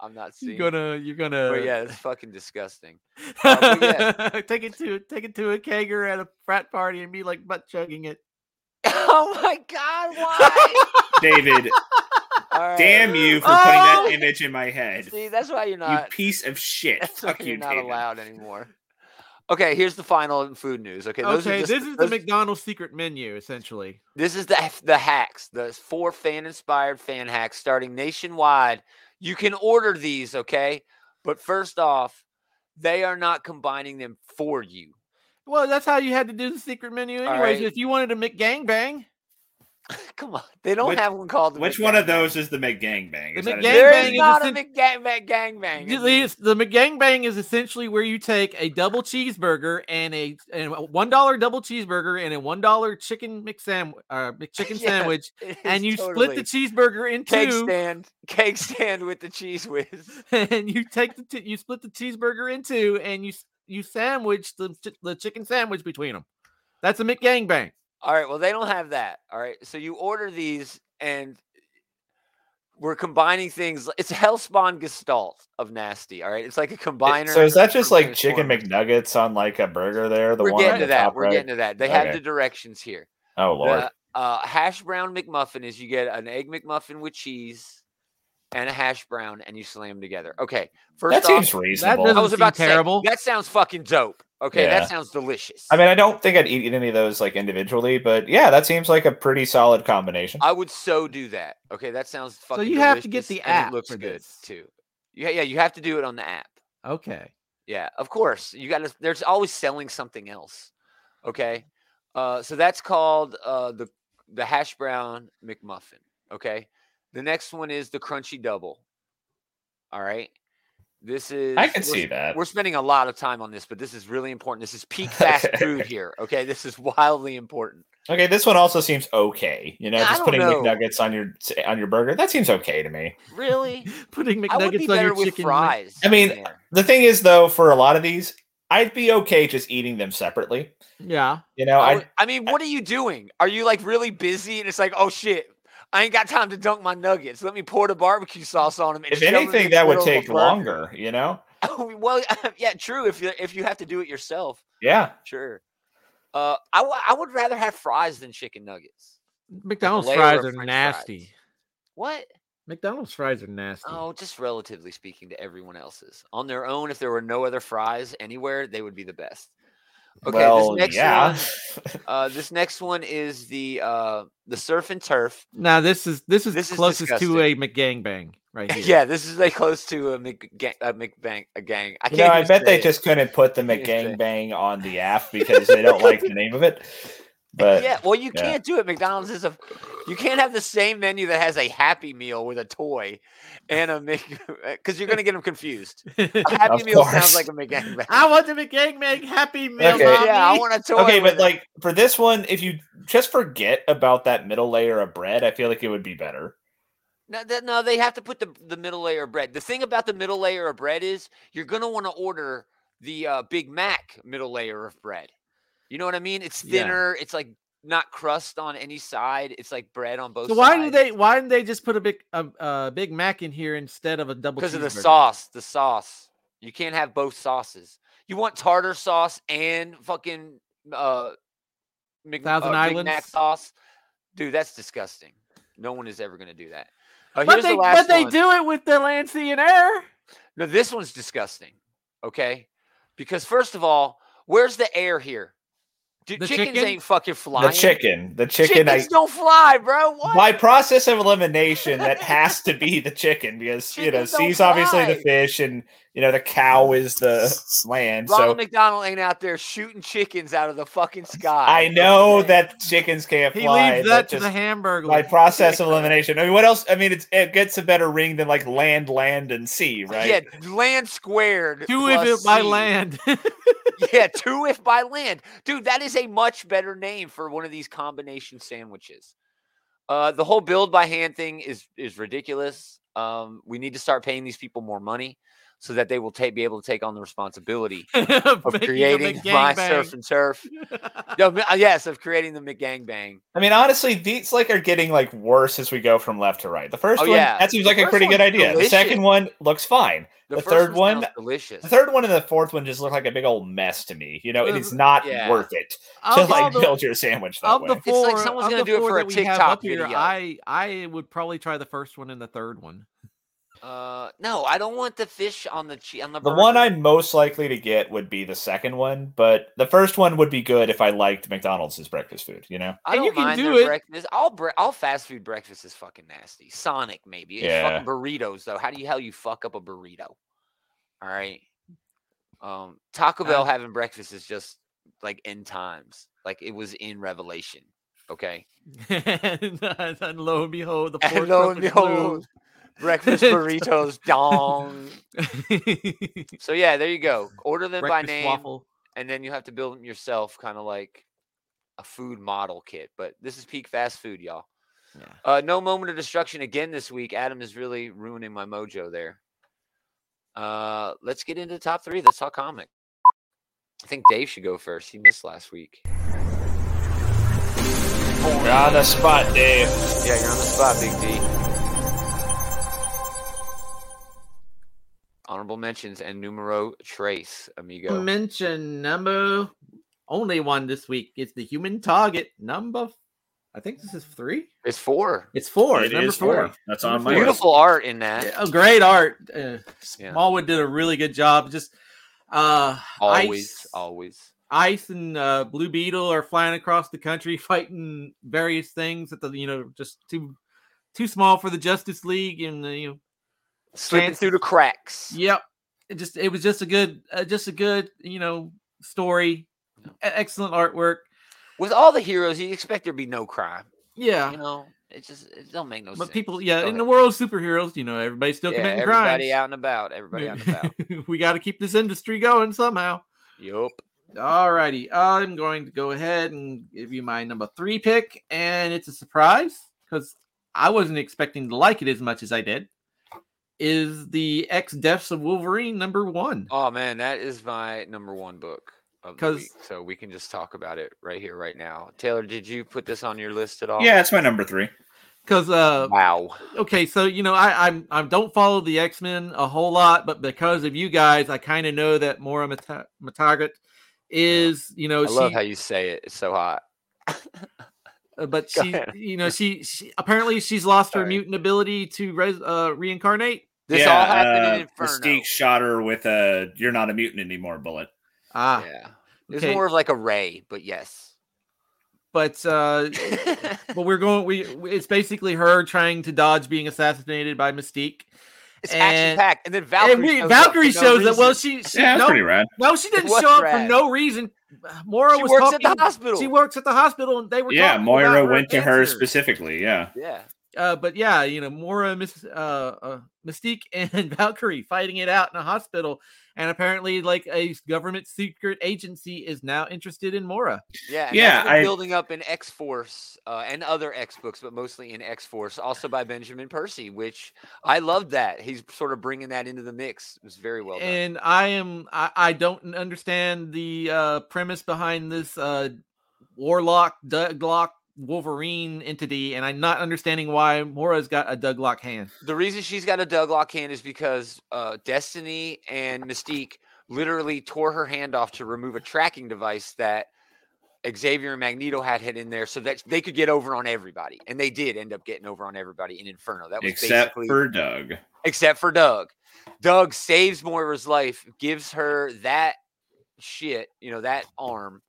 I'm not You're seeing. gonna you're uh, gonna But yeah, it's fucking disgusting. Uh, but take it to take it to a kegger at a frat party and be like butt chugging it. Oh my God, why? David, All right. damn you for putting Oh! that image in my head. See, that's why you're You not. piece of shit. that's why Fuck you're you, not David. allowed anymore. Okay, here's the final food news. Okay, those are okay, just- this is the those- McDonald's secret menu, essentially. This is the the hacks, the four fan inspired fan hacks starting nationwide. You can order these, okay? But first off, they are not combining them for you. Well, that's how you had to do the secret menu, All anyways. right. If you wanted a McGangbang, Come on, they don't Which- have one called the Which one of McGangbang. those is the McGangbang? The Is that a- McGangbang There is is not a essen- McGangbang gangbang. you- it's- the McGangbang is essentially where you take a double cheeseburger and a and a one dollar double cheeseburger and a one dollar chicken McSam uh, McChicken Yeah, sandwich, and you split the cheeseburger in cake two. stand, cake stand with the cheese whiz. and you take the t- you split the cheeseburger in two and you s- you sandwich the chi- the chicken sandwich between them. That's a McGangbang. All right, well they don't have that. All right, so you order these and we're combining things. li- It's Hellspawn Gestalt of nasty. All right, it's like a combiner. So is that just from like chicken Transformers. McNuggets on like a burger there? The we're one getting on to the that. top We're right. getting to that. They have Okay. the directions here. oh lord. The uh, hash brown McMuffin is you get an egg McMuffin with cheese and a hash brown, and you slam them together. Okay, first that off, seems reasonable. I doesn't was seem about to say, terrible. that sounds fucking dope. Okay, Yeah. that sounds delicious. I mean, I don't think I'd eat any of those like individually, but yeah, that seems like a pretty solid combination. I would so do that. Okay, that sounds fucking. you have to get delicious, the and app It looks for good this. too. Yeah, yeah, you have to do it on the app. Okay. Yeah, of course. You got to. There's always selling something else. Okay, uh, so that's called uh, the the hash brown McMuffin. Okay, the next one is the crunchy double. All right, this is. I can we're see s- that. We're spending a lot of time on this, but this is really important. This is peak fast food here. Okay, this is wildly important. Okay, this one also seems okay. You know, I just don't putting know. McNuggets on your on your burger that seems okay to me. Really, Putting I would be McNuggets on better your with chicken. fries. I mean, in there. The thing is, though, for a lot of these, I'd be okay just eating them separately. Yeah. You know, I, I would- I mean, what are you doing? Are you like really busy? And it's like, oh shit, I ain't got time to dunk my nuggets. Let me pour the barbecue sauce on them. if anything, that would take longer. You know, Oh, well, yeah, true. If you if you have to do it yourself, yeah. sure. Uh, I wa- I would rather have fries than chicken nuggets. McDonald's layer fries of are french nasty. fries. What? McDonald's fries are nasty. Oh, just relatively speaking to everyone else's. On their own, if there were no other fries anywhere, they would be the best. Okay, well, this next yeah. one, uh, this next one is the uh, the surf and turf. Now this is this is This is closest to a disgusting. McGangbang right here. Yeah, this is like close to a Mc a McBank a gang. I You can't. know, I even bet they say it. just couldn't put the Can't say. McGangbang on the app because they don't like the name of it. But yeah, well, you yeah. can't do it. McDonald's is a. You can't have the same menu that has a Happy Meal with a toy, and a Mc because you're gonna get them confused. A Happy Of Meal sounds course. like a McGangbang. I want the McGangbang happy meal. Okay. Mommy. yeah, I want a toy. okay, but with it. like for this one, if you just forget about that middle layer of bread, I feel like it would be better. no, th- no, they have to put the the middle layer of bread. The thing about the middle layer of bread is you're gonna want to order the uh, Big Mac middle layer of bread. You know what I mean? It's Yeah. thinner. It's like not crust on any side. It's like bread on both. So why sides. did they why didn't they just put a big a, a Big Mac in here instead of a double because of the cheeseburger? sauce. The sauce. You can't have both sauces. You want tartar sauce and fucking uh, Mc, Thousand uh, Big Mac Islands? sauce, dude. That's disgusting. No one is ever gonna do that. Uh, But here's they the last but they one. do it with the Lancey and Air. No, this one's disgusting. Okay, because first of all, where's the air here? Dude, The chickens chicken? ain't fucking flying. The chicken, the chicken, I, Chickens don't fly, bro. What? by process of elimination, that has to be the chicken because you know Chickens don't C's obviously the fly. fish, and you know the cow is the land. Ronald so McDonald ain't out there shooting chickens out of the fucking sky. I know okay? that chickens can't He fly. leaves that, to just- the hamburger. by process of elimination. I mean, what else? I mean, it's, it gets a better ring than like land, land, and sea, right? Oh, Yeah, land squared. Do it plus by sea. land. yeah, two if by land. Dude, that is a much better name for one of these combination sandwiches. Uh, the whole build by hand thing is is ridiculous. Um, we need to start paying these people more money. so that they will ta- be able to take on the responsibility of Making a creating McGangbang. my surf and turf. No, ma- yes, of creating the McGangbang. I mean, honestly, these like are getting like worse as we go from left to right. The first Oh, one yeah. that seems The like a first pretty good one's idea. delicious. The second one looks fine. The, The first third one- sounds delicious. The third one and the fourth one just look like a big old mess to me. You know, it is not Yeah. worth it to Of all like the- build your sandwich that of way. the It's four, like someone's of gonna the do it four for a that we have TikTok up here, video. I I would probably try the first one and the third one. Uh, no, I don't want the fish on the che- on the. The one burger. I'm most likely to get would be the second one, but the first one would be good if I liked McDonald's as breakfast food. You know, I and don't you can mind do their it. breakfast. All bre- all fast food breakfast is fucking nasty. Sonic maybe. It's Yeah. fucking burritos though. How do you hell you fuck up a burrito? All right. Um, Taco Bell Uh, having breakfast is just like end times. Like it was in Revelation. Okay. and, and lo and behold, the And fourth lo trumpet and behold, breakfast burritos dong. blew. So yeah, there you go. Order them by Breakfast name. waffle. and then you have to build them yourself, kind of like a food model kit. But this is peak fast food, y'all. Yeah. Uh, no moment of destruction again this week. Adam is really ruining my mojo there. Uh, let's get into the top three. Let's talk comic. I think Dave should go first. He missed last week. you're on the spot, Dave. Yeah, you're on the spot, Big D. Honorable mentions and numero trace, amigo. Mention number only one this week is the human target number. f- I think this is three. It's four. It's four. It number is four. four. That's on my list. Beautiful art in that. Yeah, oh, great art. Uh, Yeah. Smallwood did a really good job. Just uh, Always, ice, always. Ice and uh, Blue Beetle are flying across the country, fighting various things that the you know just too too small for the Justice League, and uh, you know, Slipping Chance- through the cracks. yep. It just it was just a good, uh, just a good you know story, Yeah. E- excellent artwork. With all the heroes, you expect there to be no crime. Yeah, You know, it just it don't make no sense. but people, yeah, Go in the ahead. world of superheroes, you know, everybody's still yeah, committing everybody crimes. out and about. Everybody out and about. we got to keep this industry going somehow. Yup. Alrighty, I'm going to go ahead and give you my number three pick, and it's a surprise because I wasn't expecting to like it as much as I did. Is the X Deaths of Wolverine number one? Oh man, that is my number one book of the 'Cause- week. So we can just talk about it right here, right now. Taylor, did you put this on your list at all? Yeah, it's my number three. Because uh, Wow. okay, so you know I I'm, I don't follow the X Men a whole lot, but because of you guys, I kind of know that Mora Mata- Matagat is you know I love she how you say it. It's so hot. Uh, but Go she, ahead. you know, she, she apparently she's lost her Sorry. mutant ability to res, uh, reincarnate. This yeah, all happened uh, in Inferno. Mystique shot her with a "You're not a mutant anymore" bullet. Ah, Yeah. It was okay. more of like a ray, but yes. but uh, but we're going. We it's basically her trying to dodge being assassinated by Mystique. It's action And- packed, and then Valkyrie. Valkyrie, and we, shows up for Valkyrie no shows that well, reason. she, she Yeah, that's no, pretty rad. no, she didn't was show up for rad. no reason. Moira She was works at talking, the hospital. She works at the hospital, and they were Yeah, talking Moira about her went to her cancer. specifically. Yeah, yeah, uh, but yeah, you know, Mora, Miss, uh, uh, Mystique, and Valkyrie fighting it out in a hospital, and apparently, like a s- government secret agency is now interested in Mora. yeah, and Yeah, that's been I- building up in X Force uh, and other X books, but mostly in X Force, also by Benjamin Percy, which I loved that he's sort of bringing that into the mix. It was very well done. And I am, I, I don't n- understand the uh, premise behind this uh, Warlock Doug Lock Wolverine entity, and I'm not understanding why Mora's got a Doug Lock hand. The reason she's got a Doug Lock hand is because uh, Destiny and Mystique literally tore her hand off to remove a tracking device that Xavier and Magneto had hit in there, so that they could get over on everybody, and they did end up getting over on everybody in Inferno. That was except basically for Doug. except for Doug. Doug saves Moira's life, gives her that shit, you know, that arm,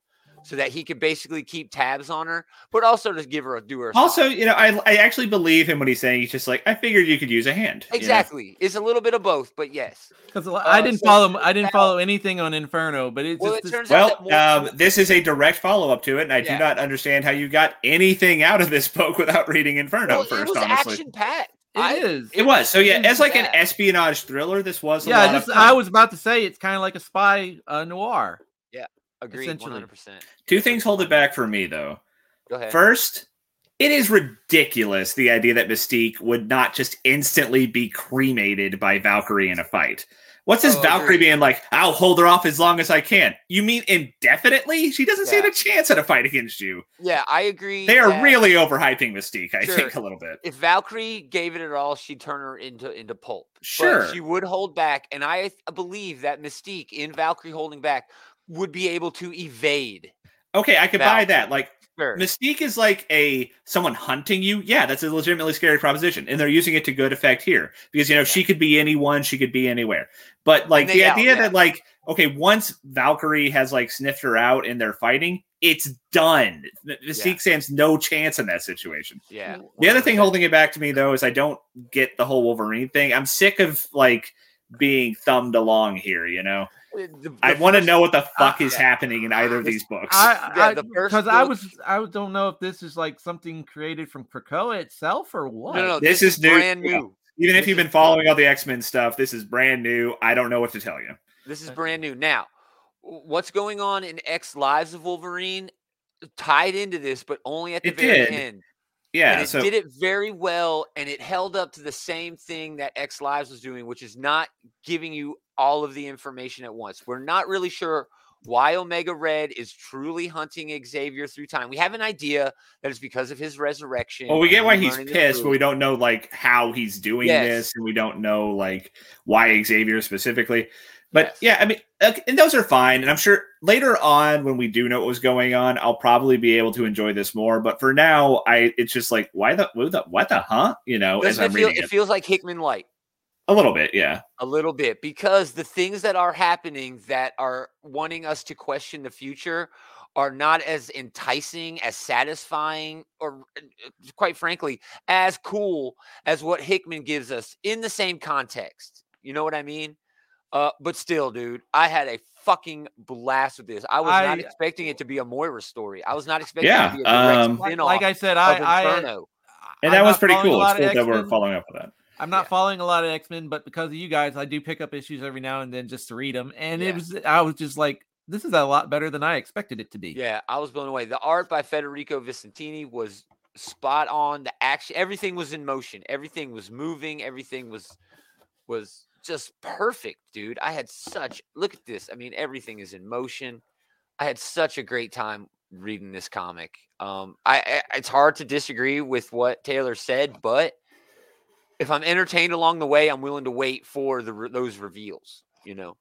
so that he could basically keep tabs on her, but also to give her a do her. a solid. Also, you know, I I actually believe him when he's saying he's just like I figured you could use a hand. you know? exactly, it's a little bit of both, but yes. Because I Uh, didn't so follow, I didn't now- follow anything on Inferno, but it's Well, just it this- turns out Well, that Moira- um, this is a direct follow up to it, and I Yeah. do not understand how you got anything out of this book without reading Inferno well, it first. was Honestly, action packed. it is. it was. So yeah, It was as like an bad. espionage thriller, this was. A yeah, lot just, of fun. I was about to say it's kind of like a spy uh, noir. Agreed, one essentially. hundred percent. Two things hold it back for me though. Go ahead. First, it is ridiculous the idea that Mystique would not just instantly be cremated by Valkyrie in a fight. What's his Oh, Valkyrie agreed. being like? I'll hold her off as long as I can. You mean indefinitely? She doesn't stand Yeah. a chance at a fight against you. Yeah, I agree. They are that really overhyping Mystique. I Sure. think a little bit. If Valkyrie gave it at all, she'd turn her into into pulp. But Sure. she would hold back, and I th- believe that Mystique in Valkyrie holding back would be able to evade. Okay, I could buy Valkyrie. that. Like Sure. Mystique is like a someone hunting you. Yeah, that's a legitimately scary proposition, and they're using it to good effect here because you know she could be anyone, she could be anywhere. But like they the yell, idea yeah. that like okay, once Valkyrie has like sniffed her out and they're fighting, it's done. M- Mystique stands no chance in that situation. yeah. The other thing 100%. holding it back to me though is I don't get the whole Wolverine thing. I'm sick of like being thumbed along here. You know, Uh, The- the I want to first- Ah, know what the fuck is yeah. happening in either of these books. I, Yeah, I, the first because I book- was, I was- don't know if this is like something created from Krakoa itself or what. No, no, This this, is, is new- brand yeah. new. Even if you've been following all the X Men stuff, this is brand new. I don't know what to tell you. This is Okay. brand new. Now, w- what's going on in X Lives of Wolverine tied into this, but only at the It very did. end. Yeah, and it so did it very well, and it held up to the same thing that X Lives was doing, which is not giving you all of the information at once. We're not really sure why Omega Red is truly hunting Xavier through time. We have an idea that it's because of his resurrection. well, we get and why him he's learning the pissed, truth. but we don't know like how he's doing Yes. this, and we don't know like why Xavier specifically. But Yes. yeah, I mean, ok- and those are fine, and I'm sure later on when we do know what was going on, I'll probably be able to enjoy this more. But for now, I it's just like why the what the, what the huh? You know, as Doesn't I'm it, feel, reading it it feels like Hickman Light. a little bit, yeah. a little bit because the things that are happening that are wanting us to question the future are not as enticing as satisfying or uh, uh, quite frankly as cool as what hickman gives us in the same context you know what i mean uh but still dude i had a fucking blast with this i was not I- expecting it to be a moira story i was not expecting it Yeah, to be a direct um, like, spin-off like I said, of I, I, Inferno. And I'm that was not pretty following a cool. It's lot cool of that we're X-Men. following up with that. I'm not Yeah. following a lot of X Men, but because of you guys, I do pick up issues every now and then just to read them. And Yeah. it was, I was just like, this is a lot better than I expected it to be. Yeah, I was blown away. The art by Federico Vicentini was spot on. The action, everything was in motion. Everything was moving. Everything was was just perfect, dude. I had such look at this. I mean, everything is in motion. I had such a great time reading this comic. Um, I, I it's hard to disagree with what Taylor said, but if I'm entertained along the way, I'm willing to wait for the re- those reveals. You know,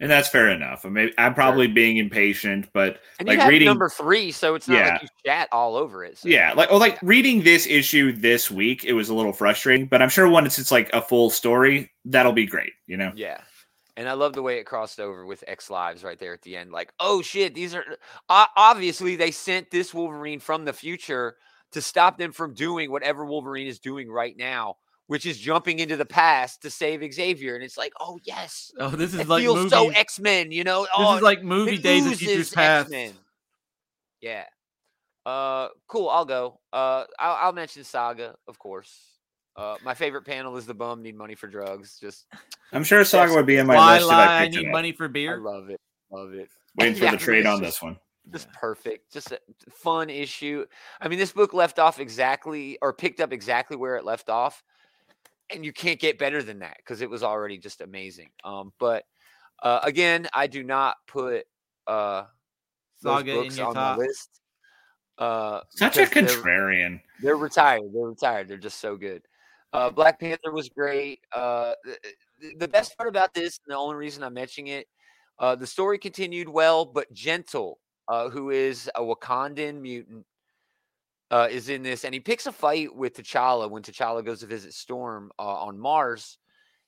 And that's fair enough. I mean, I'm probably being impatient, but and you like have reading number three, so it's not Yeah. like you chat all over it. so- Yeah, like oh, like reading this issue this week, it was a little frustrating, but I'm sure once it's like a full story, that'll be great. You know, Yeah. And I love the way it crossed over with X Lives right there at the end. Like, oh shit, these are o- obviously they sent this Wolverine from the future to stop them from doing whatever Wolverine is doing right now, which is jumping into the past to save Xavier. And it's like, oh yes, Oh, this is it like feels movie, so X Men, you know? this oh, is like it movie days of oozes futures past. X-Men. Yeah. Uh, cool. I'll go. Uh, I'll, I'll mention Saga, of course. Uh, my favorite panel is the bum need money for drugs. Just I'm sure Saga would be in my Why list lie? if I I picked need it up. money for I beer. love it. Love it. Waiting for Yeah, I the mean, trade it's on just- this one. just perfect just a fun issue i mean this book left off exactly or picked up exactly where it left off and you can't get better than that because it was already just amazing um but uh again i do not put uh those Saga in books your on top. the list uh Such a because they're- contrarian. they're retired. They're retired. They're just so good. Uh, Black Panther was great. Uh, th- th- the best part about this, and the only reason I'm mentioning it, uh, the story continued well, but Gentle, uh, who is a Wakandan mutant, uh, is in this, and he picks a fight with T'Challa when T'Challa goes to visit Storm uh, on Mars.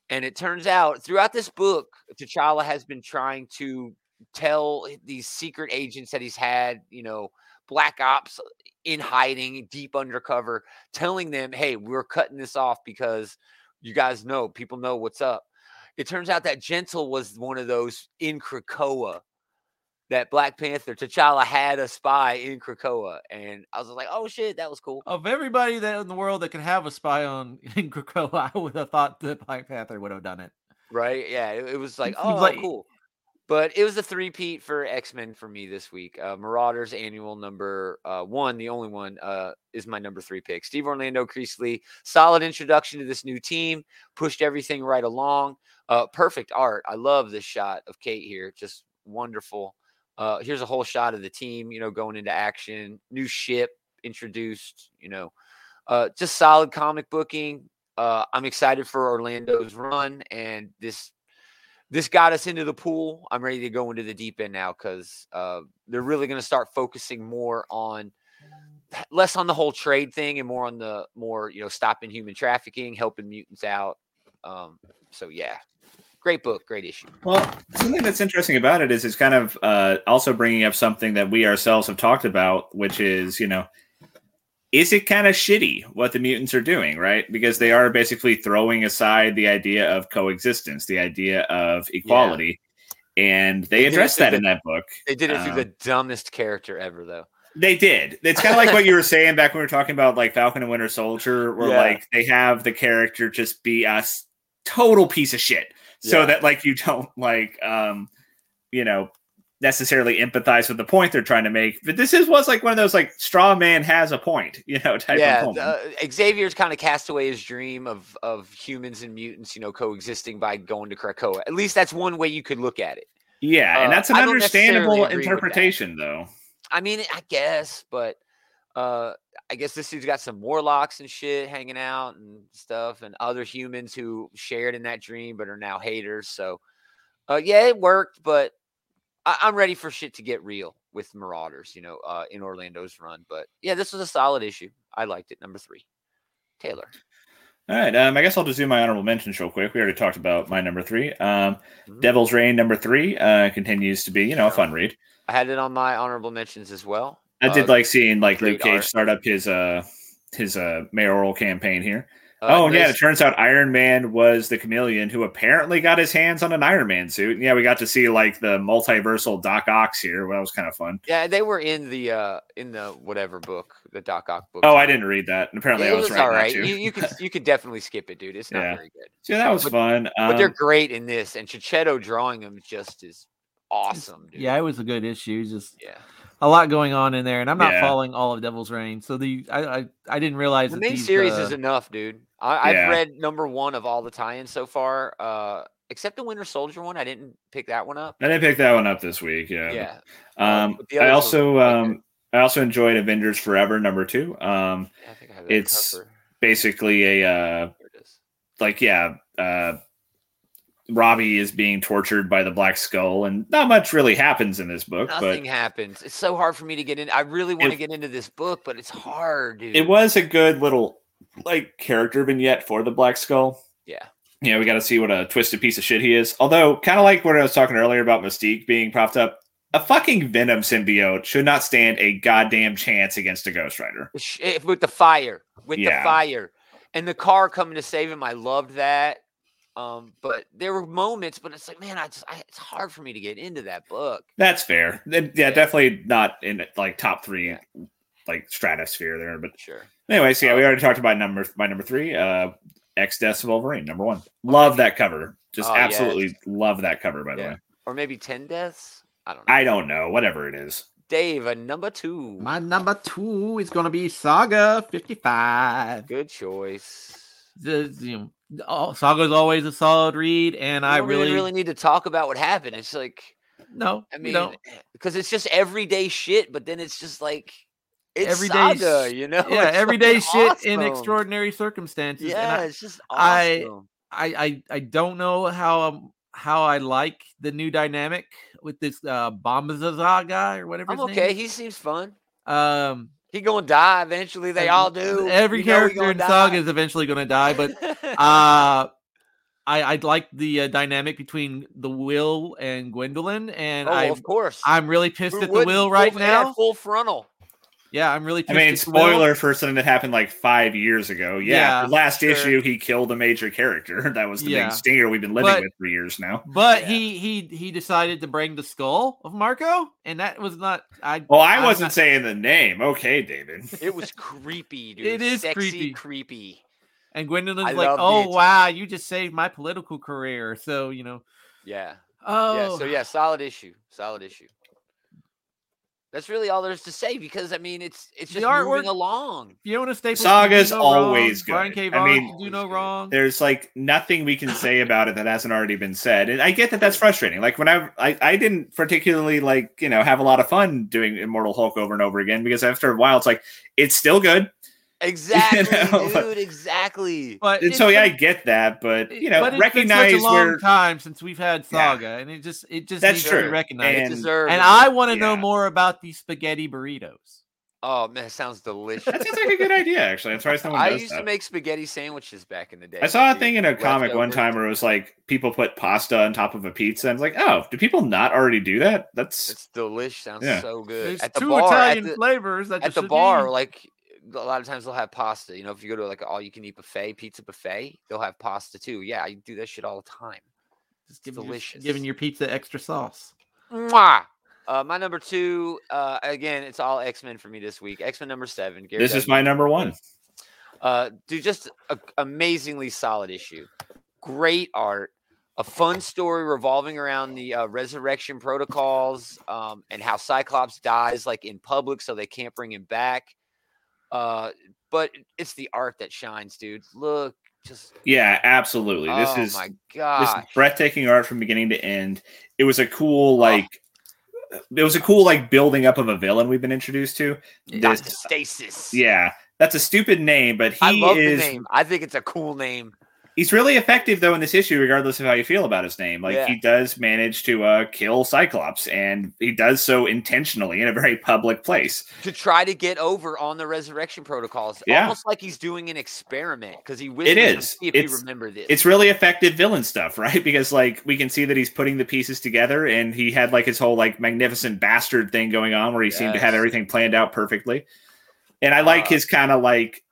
And it turns out throughout this book, T'Challa has been trying to tell these secret agents that he's had, you know, black ops in hiding, deep undercover, telling them, hey, we're cutting this off because you guys know, people know what's up. It turns out that Gentle was one of those in Krakoa that Black Panther, T'Challa had a spy in Krakoa. And I was like, oh shit, that was cool. Of everybody that in the world that could have a spy on in Krakoa, I would have thought the Black Panther would have done it. Right? Yeah. It, it was like, Seems oh, like- cool. But it was a three-peat for X-Men for me this week. Uh, Marauders annual number uh, one, the only one, uh, is my number three pick. Steve Orlando Creasley, solid introduction to this new team, pushed everything right along. Uh, perfect art. I love this shot of Kate here. Just wonderful. Uh, here's a whole shot of the team, you know, going into action. New ship introduced, you know. Uh, just solid comic booking. Uh, I'm excited for Orlando's run, and this this got us into the pool. I'm ready to go into the deep end now because uh, they're really going to start focusing more on less on the whole trade thing and more on the more you know stopping human trafficking, helping mutants out. Um, so yeah, great book, great issue. Well, something that's interesting about it is it's kind of uh, also bringing up something that we ourselves have talked about, which is, you know, is it kind of shitty what the mutants are doing, right? Because they are basically throwing aside the idea of coexistence, the idea of equality. And they, They did it address through that the- in that book. They did it through Um, the dumbest character ever, though. They did. It's kind of like what you were saying back when we were talking about like Falcon and Winter Soldier, where Yeah. like they have the character just be a s- total piece of shit, so Yeah. that like you don't like, um, you know, necessarily empathize with the point they're trying to make. But this is was like one of those like straw man has a point, you know, type of yeah, moment. uh, Xavier's kind of cast away his dream of of humans and mutants, you know, coexisting by going to Krakoa. At least that's one way you could look at it. yeah, and uh, that's an I don't necessarily understandable agree with that. interpretation, though. I mean, I guess, but uh, I guess this dude's got some warlocks and shit hanging out and stuff, and other humans who shared in that dream but are now haters. So, uh, yeah, it worked, but I- I'm ready for shit to get real with Marauders, you know, uh, in Orlando's run. But yeah, this was a solid issue. I liked it. Number three, Taylor. All right. Um, I guess I'll just do my honorable mentions real quick. We already talked about my number three. Um, Mhm. Devil's Reign number three uh, continues to be, you know, a fun read. I had it on my honorable mentions as well. I did Uh, like seeing like Luke great Cage art. start up his uh his uh mayoral campaign here. uh, oh yeah, Grace- it turns out Iron Man was the chameleon who apparently got his hands on an Iron Man suit. And yeah, we got to see like the multiversal Doc Ox here. Well, that was kind of fun. Yeah, they were in the uh in the whatever book, the Doc Ock book. Oh, I didn't read that. and Apparently, It I was, was right. all right. Too. You, you could you could definitely skip it, dude. It's not Yeah. very good, so that was but- fun. but they're Um, great in this, and Chichetto drawing them just is awesome, dude. Yeah, it was a good issue. Just yeah. a lot going on in there, and I'm not Yeah. following all of Devil's Reign. So the I I, I didn't realize The that main these, series uh, is enough, dude. I, Yeah. I've read number one of all the tie-ins so far, uh, except the Winter Soldier one. I didn't pick that one up. I didn't pick that one up this week. Yeah. Yeah, Um, but the I others were also quite good. um, I also enjoyed Avengers Forever number two. Um, I think I have that it's- cover. basically a uh, There it is. like yeah uh robbie is being tortured by the black skull and not much really happens in this book Nothing but happens. It's so hard for me to get in. I really want to It- get into this book, but it's hard, dude. it was a good little like character vignette for the black skull Yeah. yeah we got to see what a twisted piece of shit he is although kind of like what i was talking earlier about mystique being propped up a fucking venom symbiote should not stand a goddamn chance against a ghost rider Sh- eh, with the fire with Yeah. the fire and the car coming to save him i loved that um but there were moments but it's like man i just I, it's hard for me to get into that book that's fair Then- yeah definitely not in like top three like stratosphere there but sure Anyways, yeah, we already talked about number my number three, uh X Deaths of Wolverine, number one. Love that cover. Just Oh, yeah. absolutely love that cover, by the Yeah. way. or maybe 10 deaths i don't know I don't know, whatever it is. dave a number two my number two is gonna be Saga 55. good choice The, you know, all, Saga's always a solid read, and I don't even really, really need to talk about what happened it's like no, i you mean don't. because it's just everyday shit but then it's just like it's Everyday saga, s- you know yeah, oh, It's everyday fucking shit in awesome. extraordinary circumstances. and yeah I- it's just I- awesome. I I I don't know how um, how I like the new dynamic with this uh Bombazaza guy or whatever. i'm his okay Name. he seems fun is. Um, He gonna die eventually. They ev- all do. Every You know he character in gonna Saga is eventually going to die, but die. uh, I I like the uh, dynamic between the Will and Gwendolyn, and oh, I of course. I'm really pissed Who at the wouldn't? Will Full- right yeah, now. full frontal. Yeah, I'm really. I Pissed mean, at the Will. spoiler for something that happened like five years ago. Yeah, Yeah, last sure. issue he killed a major character. That was the Yeah. big stinger we've been living But- with for years now. But Yeah. he he he decided to bring the skull of Marco, and that was not. I Well, I I'm wasn't not- saying the name. Okay, David. It was creepy, dude. It is creepy. sexy, creepy. And Gwendolyn's I like, loved "Oh it. wow, you just saved my political career." So you know, Yeah, Oh, Yeah. So yeah, solid issue. Solid issue. That's really all there's to say because I mean it's it's The just artwork- moving along. Fiona Staples. Saga's can do no always wrong. good. Brian K. I Vaughan mean, can do no always good. wrong. there's like nothing we can say about it that hasn't already been said and i get that that's frustrating like when i i, I didn't particularly like you know have a lot of fun doing immortal hulk over and over again because after a while it's like it's still good Exactly, know, but- dude. Exactly. But and so it's yeah i been- get that but you know but it's been such recognize a long where time since we've had Yeah. Saga, and it just it just that's needs to be true recognized. It and deserves and it. I want to know yeah. more about the spaghetti burritos. oh man, it sounds delicious. that sounds like a good idea actually that's why someone I does used that. to make spaghetti sandwiches back in the day. I saw a dude, thing in a with comic one leftovers. time where it was like people put pasta on top of a pizza. And it's like, oh, do people not already do that? That's It's delicious. Sounds Yeah. so good. There's at the two bar, Italian at the, flavors that at just the should bar, be- like a lot of times they'll have pasta. You know, if you go to like an all-you-can-eat buffet, pizza buffet, they'll have pasta too. Yeah, I do that shit all the time. just giving delicious. Your, giving your pizza extra sauce. Mwah! Uh, my number two, uh, again, it's all X Men for me this week. X Men number seven. Gary this is Duggan. my number one. uh, dude. Just a, amazingly solid issue. Great art. A fun story revolving around the uh, resurrection protocols um, and how Cyclops dies like in public, so they can't bring him back. Uh, but it's the art that shines, dude. Look, just Yeah, absolutely. This oh is my this god, is breathtaking art from beginning to end. It was a cool like it was a cool like building up of a villain we've been introduced to. Doctor this- Stasis. Yeah. That's a stupid name, but I he love is the name. I think it's a cool name. he's really effective though in this issue, regardless of how you feel about his name. Like Yeah. he does manage to uh kill Cyclops and he does so intentionally in a very public place. to try to get over on the resurrection protocols. Yeah. Almost like he's doing an experiment because he whispers to is. see if you It's- remember this. it's really effective villain stuff, right? Because like we can see that he's putting the pieces together, and he had like his whole like magnificent bastard thing going on, where he seemed to have Yes. everything planned out perfectly. And I like Uh, his kind of like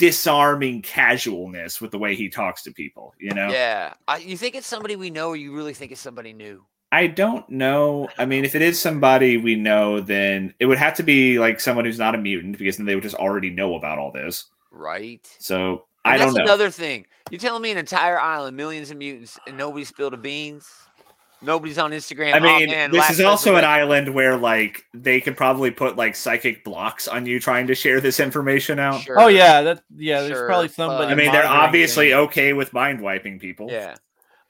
disarming casualness with the way he talks to people. You know, yeah. I, you think it's somebody we know, or you really think it's somebody new? I don't know. I mean, if it is somebody we know, then it would have to be like someone who's not a mutant, because then they would just already know about all this. Right. So And I don't that's know. another thing. You're telling me an entire island, millions of mutants, and nobody spilled the beans? Nobody's on Instagram. I "Oh, mean, man, this last is also an resurrect-" island where like they could probably put like psychic blocks on you trying to share this information out. Sure. Oh yeah, that yeah. There's Sure, probably but- somebody. I mean, they're monitoring obviously things. okay with mind wiping people. Yeah.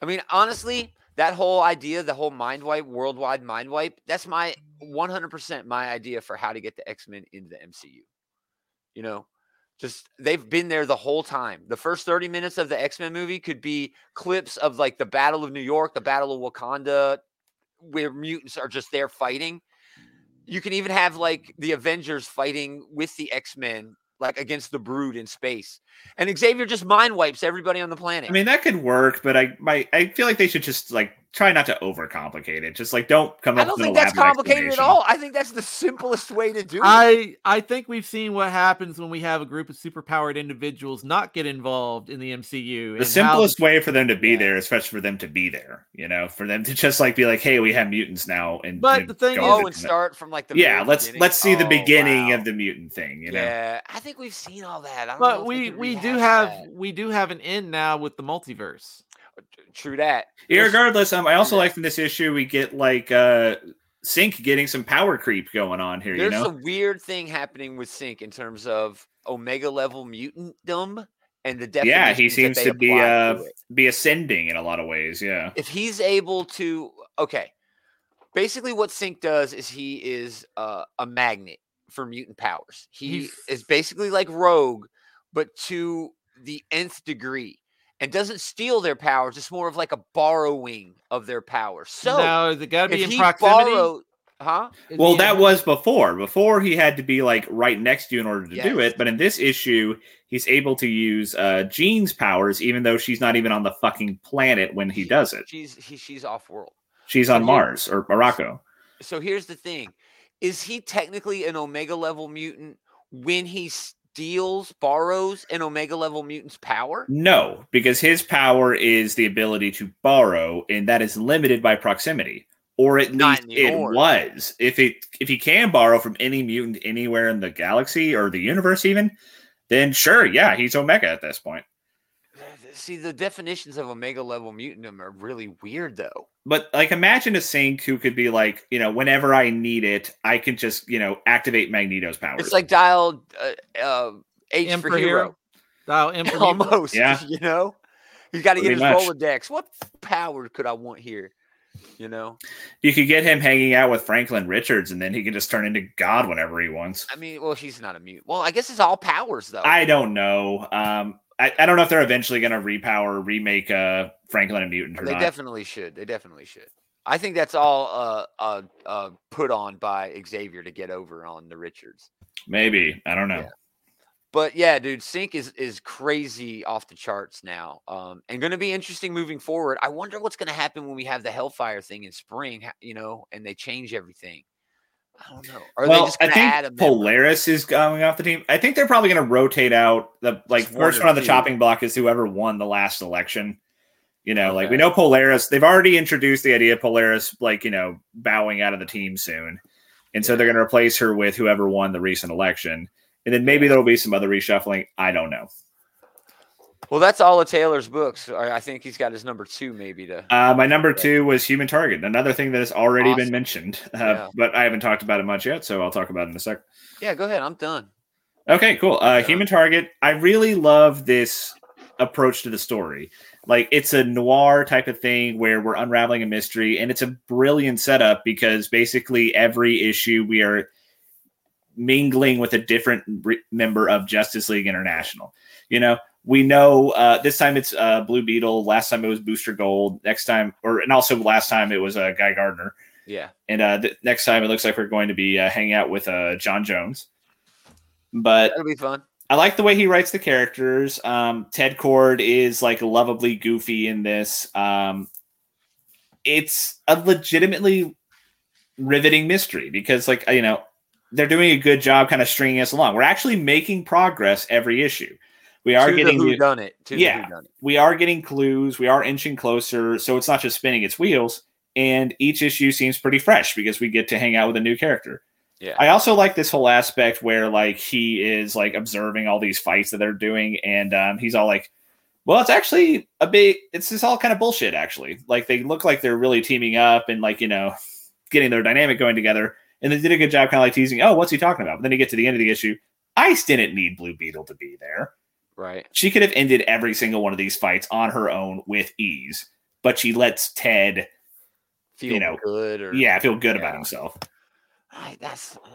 I mean, honestly, that whole idea, the whole mind wipe, worldwide mind wipe, that's my 100% my idea for how to get the X Men into the MCU. You know, just they've been there the whole time. The first 30 minutes of the X Men movie could be clips of like the Battle of New York, the Battle of Wakanda, where mutants are just there fighting. You can even have like the Avengers fighting with the X Men, like against the Brood in space. And Xavier just mind wipes everybody on the planet. I mean, that could work, but I my I feel like they should just like try not to overcomplicate it. Just like don't come I up don't with an think that's elaborate complicated at explanation. all. I think that's the simplest way to do it. I I think we've seen what happens when we have a group of superpowered individuals not get involved in the MCU. The and how- simplest way for them to be Yeah. there is fetch for them to be there, you know, for them to just like be like, "Hey, we have mutants now," and But you know, the thing go with is- oh, and it. start from like the yeah, very let's beginning. let's see the Oh, beginning wow. of the mutant thing, you know. Yeah, I think we've seen all that. I don't know But if we could we do rehash have that. we do have an end now with the multiverse. true that. Irregardless, um, I also Yeah. like in this issue we get like uh Sync getting some power creep going on here. There's you know, a weird thing happening with Sync in terms of Omega level mutantdom and the definition. Yeah, he seems to be, uh, it. be ascending in a lot of ways. Yeah, if he's able to okay basically what sync does is he is uh, a magnet for mutant powers he f- is basically like rogue but to the nth degree and doesn't steal their powers it's more of like a borrowing of their power so now is it got to be if in he proximity? borrow- huh Is well, he that in- was before. Before he had to be like right next to you in order to do Yes. it, but in this issue, he's able to use uh Jean's powers, even though she's not even on the fucking planet when he does it. she's he, she's off world She's on But he- Mars or Morocco. so here's the thing is he technically an omega level mutant when he steals borrows an omega level mutant's power No, because his power is the ability to borrow, and that is limited by proximity. Or at least Not in the it org. was. If it if he can borrow from any mutant anywhere in the galaxy or the universe, even, then sure, yeah, he's Omega at this point. Th- th- see the definitions of omega level mutant are really weird though. But like, imagine a Saint who could be like, you know, whenever I need it, I can just, you know, activate Magneto's powers. It's like dial uh, uh, H M for, for hero, hero. Dial M for Hero. almost. Yeah. you know, he's got to get Pretty much. his Rolodex. What power could I want here? You know, you could get him hanging out with Franklin Richards, and then he can just turn into God whenever he wants. I mean, well, he's not a mute. Well, I guess it's all powers though. I don't know. Um, I, I don't know if they're eventually going to repower, remake uh, Franklin and Mutant or they not. definitely should. They definitely should. I think that's all uh, uh, uh, put on by Xavier to get over on the Richards. Maybe I don't know. Yeah. But yeah, dude, Sync is is crazy off the charts now, um, and going to be interesting moving forward. I wonder what's going to happen when we have the Hellfire thing in spring, ha- you know, and they change everything. I don't know. Are they well, just I going to add a think member? Polaris is going off the team. I think they're probably going to rotate out the like Just one first or one on the two. chopping block is whoever won the last election. You know, like we Okay. know Polaris. They've already introduced the idea of Polaris, like you know, bowing out of the team soon, and so they're going to replace her with whoever won the recent election. And then maybe there'll be some other reshuffling. I don't know. Well, that's all of Taylor's books. I I think he's got his number two, maybe to. Uh, my number two was Human Target, another thing that has already Awesome. been mentioned, uh, Yeah. but I haven't talked about it much yet, so I'll talk about it in a sec. yeah, go ahead. I'm done. Okay, cool. Uh, Yeah. Human Target. I really love this approach to the story. Like it's a noir type of thing where we're unraveling a mystery, and it's a brilliant setup because basically every issue we are mingling with a different re- member of Justice League International. You know, we know uh, this time it's uh, Blue Beetle. Last time it was Booster Gold. Next time, or and also last time it was uh, Guy Gardner. Yeah. And uh, th- next time, it looks like we're going to be uh, hanging out with uh, John Jones. But That'll be fun. I like the way he writes the characters. Um, Ted Cord is like lovably goofy in this. Um, it's a legitimately riveting mystery because, like, you know, they're doing a good job kind of stringing us along. We're actually making progress every issue. We are to getting the new- who done it. To Yeah. the whodunit. we are getting clues. We are inching closer. So it's not just spinning its wheels. And each issue seems pretty fresh because we get to hang out with a new character. Yeah. I also like this whole aspect where like he is like observing all these fights that they're doing, and um, he's all like, "Well, it's actually a big. It's just all kind of bullshit. Actually, like they look like they're really teaming up and like you know, getting their dynamic going together. And they did a good job, kind of like teasing, "Oh, what's he talking about?" But then you get to the end of the issue. Ice didn't need Blue Beetle to be there Right. she could have ended every single one of these fights on her own with ease, but she lets Ted, Feel know, good or yeah, feel good Yeah. about himself. I, that's uh,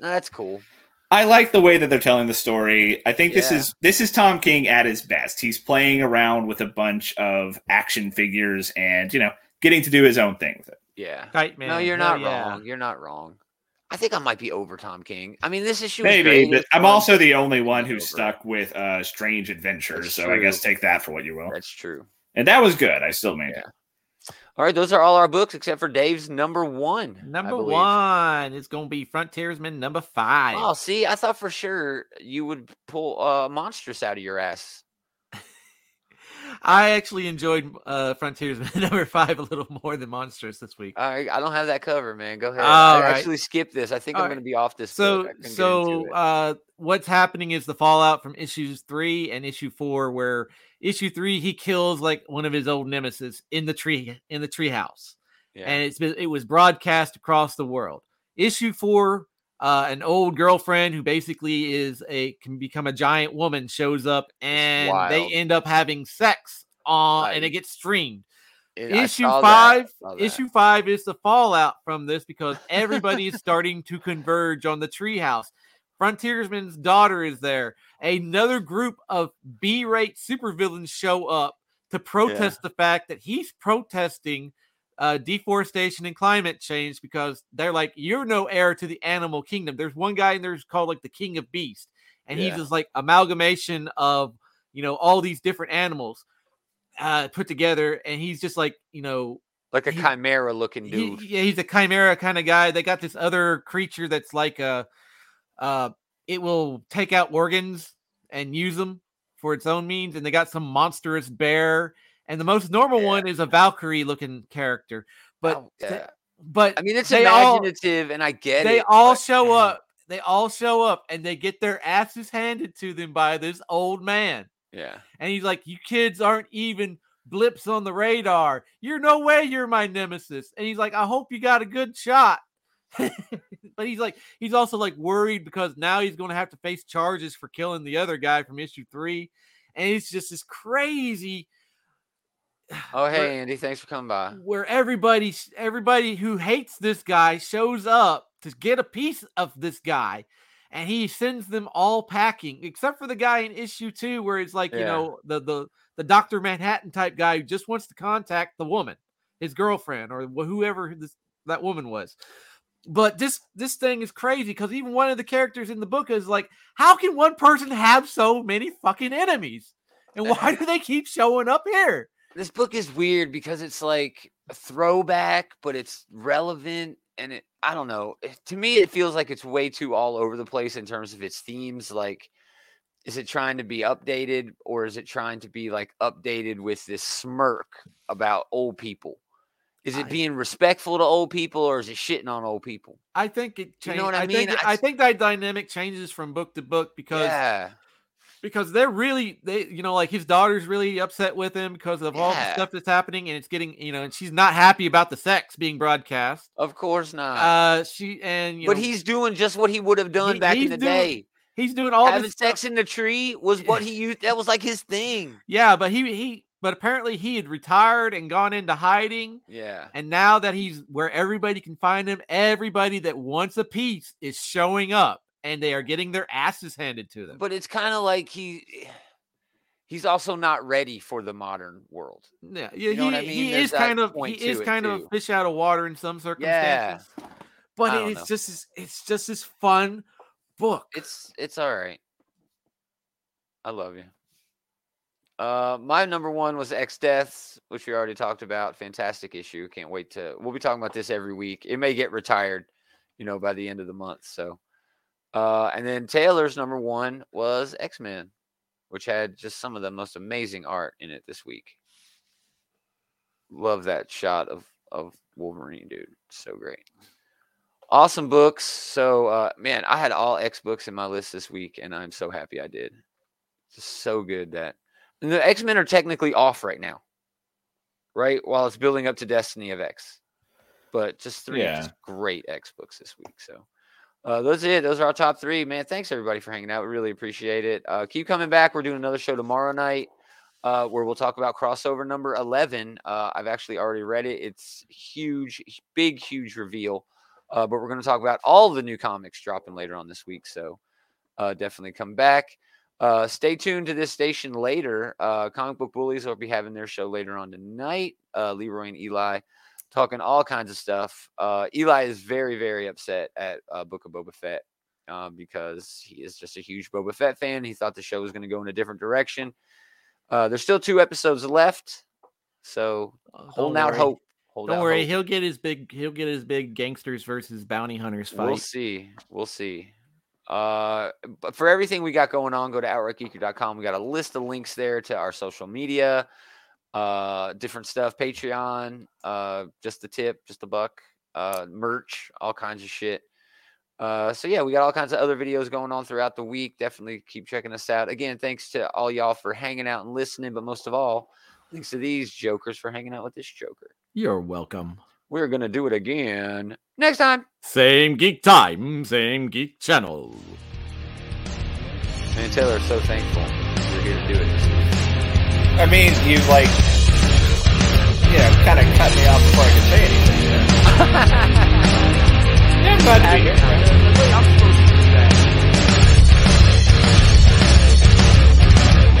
no, that's cool. I like the way that they're telling the story. I think this Yeah. is this is Tom King at his best. He's playing around with a bunch of action figures and you know getting to do his own thing with it. Yeah. Kite man. no, you're Hell not yeah. wrong. You're not wrong. I think I might be over Tom King. I mean, this issue. was great. Maybe, It but was I'm fun. also the only one who's Over. stuck with uh, Strange Adventures, That's so I guess true. take that for what you will. That's true. And that was good. I still made Yeah. it. All right, those are all our books except for Dave's number one. I Number believe. one is going to be Frontiersman number five. Oh, see, I thought for sure you would pull uh, monstrous out of your ass. I actually enjoyed uh, Frontiersman number five a little more than Monstrous this week. All right, I don't have that cover, man. Go ahead. I All right. actually skipped this. I think All I'm right. going to be off this. book. so I couldn't get into so it. uh what's happening is the fallout from issues three and issue four where issue three he kills like one of his old nemesis in the tree in the tree house yeah. and it's been it was broadcast across the world issue four uh an old girlfriend who basically is a can become a giant woman shows up and they wild. end up having sex on and it Right. gets streamed And I issue saw that. I five- saw that. Issue five is the fallout from this because everybody is starting to converge on the treehouse. Frontiersman's daughter is there. Another group of B-rate supervillains show up to protest the fact that he's protesting uh, deforestation and climate change because they're like, you're no heir to the animal kingdom. There's one guy in there's called like the King of Beasts, and Yeah. he's just like amalgamation of you know all these different animals uh, put together, and he's just like you know like a he- chimera looking he- dude. yeah, he's a chimera kind of guy. They got this other creature that's like a, uh, it will take out organs and use them for its own means. And they got some monstrous bear. And the most normal Yeah. one is a Valkyrie looking character. But Oh, th- yeah. but I mean, it's they all- imaginative, and I get it. they all but- mm, show up. They all show up and they get their asses handed to them by this old man. Yeah. And he's like, You kids aren't even blips on the radar. You're no way you're my nemesis. And he's like, I hope you got a good shot. but he's like, he's also like worried because now he's going to have to face charges for killing the other guy from issue three. And it's just this crazy Oh, hey, Andy. Thanks for coming by. where everybody everybody who hates this guy shows up to get a piece of this guy and he sends them all packing except for the guy in issue 2 where it's like you Yeah. know the the the Dr. Manhattan type guy who just wants to contact the woman his girlfriend or wh- whoever this, that woman was but this this thing is crazy cuz even one of the characters in the book is like how can one person have so many fucking enemies and why do they keep showing up here This book is weird because it's like a throwback, but it's relevant. And it, I don't know. it- To me, it feels like it's way too all over the place in terms of its themes. Like, is it trying to be updated or is it trying to be like updated with this smirk about old people? Is it I- being respectful to old people or is it shitting on old people? I think it You changes. know what I I, mean? think, it- I I s- think that dynamic changes from book to book because yeah. because they're really they you know like his daughter's really upset with him because of all the Yeah. stuff that's happening and it's getting you know and she's not happy about the sex being broadcast. Of course not. Uh, she and you but know, he's doing just what he would have done He- back in he's the doing day. he's doing all Having this stuff- sex in the tree was what he used. That was like his thing. Yeah, but he he but apparently he had retired and gone into hiding. Yeah. And now that he's where everybody can find him, everybody that wants a piece is showing up and they are getting their asses handed to them. But it's kind of like he he's also not ready for the modern world. Yeah, yeah, You know he, what I mean? he There's is that kind of he point to is it, kind too. of fish out of water in some circumstances. I But don't it is know. just this- it's just this fun book. It's it's all right. I love you. Uh, my number one was X Deaths, which we already talked about. Fantastic issue. Can't wait to. We'll be talking about this every week. It may get retired, you know, by the end of the month. So, uh, and then Taylor's number one was X Men, which had just some of the most amazing art in it this week. Love that shot of of Wolverine, dude. So great awesome books so uh man i had all x books in my list this week and i'm so happy i did just so good that and the x-men are technically off right now right while it's building up to destiny of x but just three Yeah. just great x books this week so uh, those are it. Those are our top three, man. Thanks everybody for hanging out. We really appreciate it. Uh, keep coming back. We're doing another show tomorrow night uh, where we'll talk about crossover number eleven. Uh, I've actually already read it. It's huge, h- big, huge reveal. Uh, but we're going to talk about all the new comics dropping later on this week. So uh, definitely come back. Uh, stay tuned to this station later. Uh, Comic Book Bullies will be having their show later on tonight. Uh, Leroy and Eli talking all kinds of stuff. Uh, Eli is very, very upset at uh, Book of Boba Fett uh, because he is just a huge Boba Fett fan. He thought the show was going to go in a different direction. Uh, there's still two episodes left, so Oh, holding don't out worry. hope. Hold Don't out worry, hope. he'll get his big he'll get his big gangsters versus bounty hunters fight. We'll see. We'll see. Uh, but for everything we got going on, go to outrightgeeker.com. We got a list of links there to our social media, uh, different stuff, Patreon, uh, just the tip, just a buck, uh, merch, all kinds of shit. Uh, so yeah, we got all kinds of other videos going on throughout the week. Definitely keep checking us out. Again, thanks to all y'all for hanging out and listening, but most of all, thanks to these jokers for hanging out with this joker. You're welcome. We're gonna do it again next time. Same geek time, same geek channel. Man, Taylor, so thankful you're here to do it this week. I mean, you like, you know, kind of cut me off before I could say anything. yeah, I'm glad to be here. I'm supposed to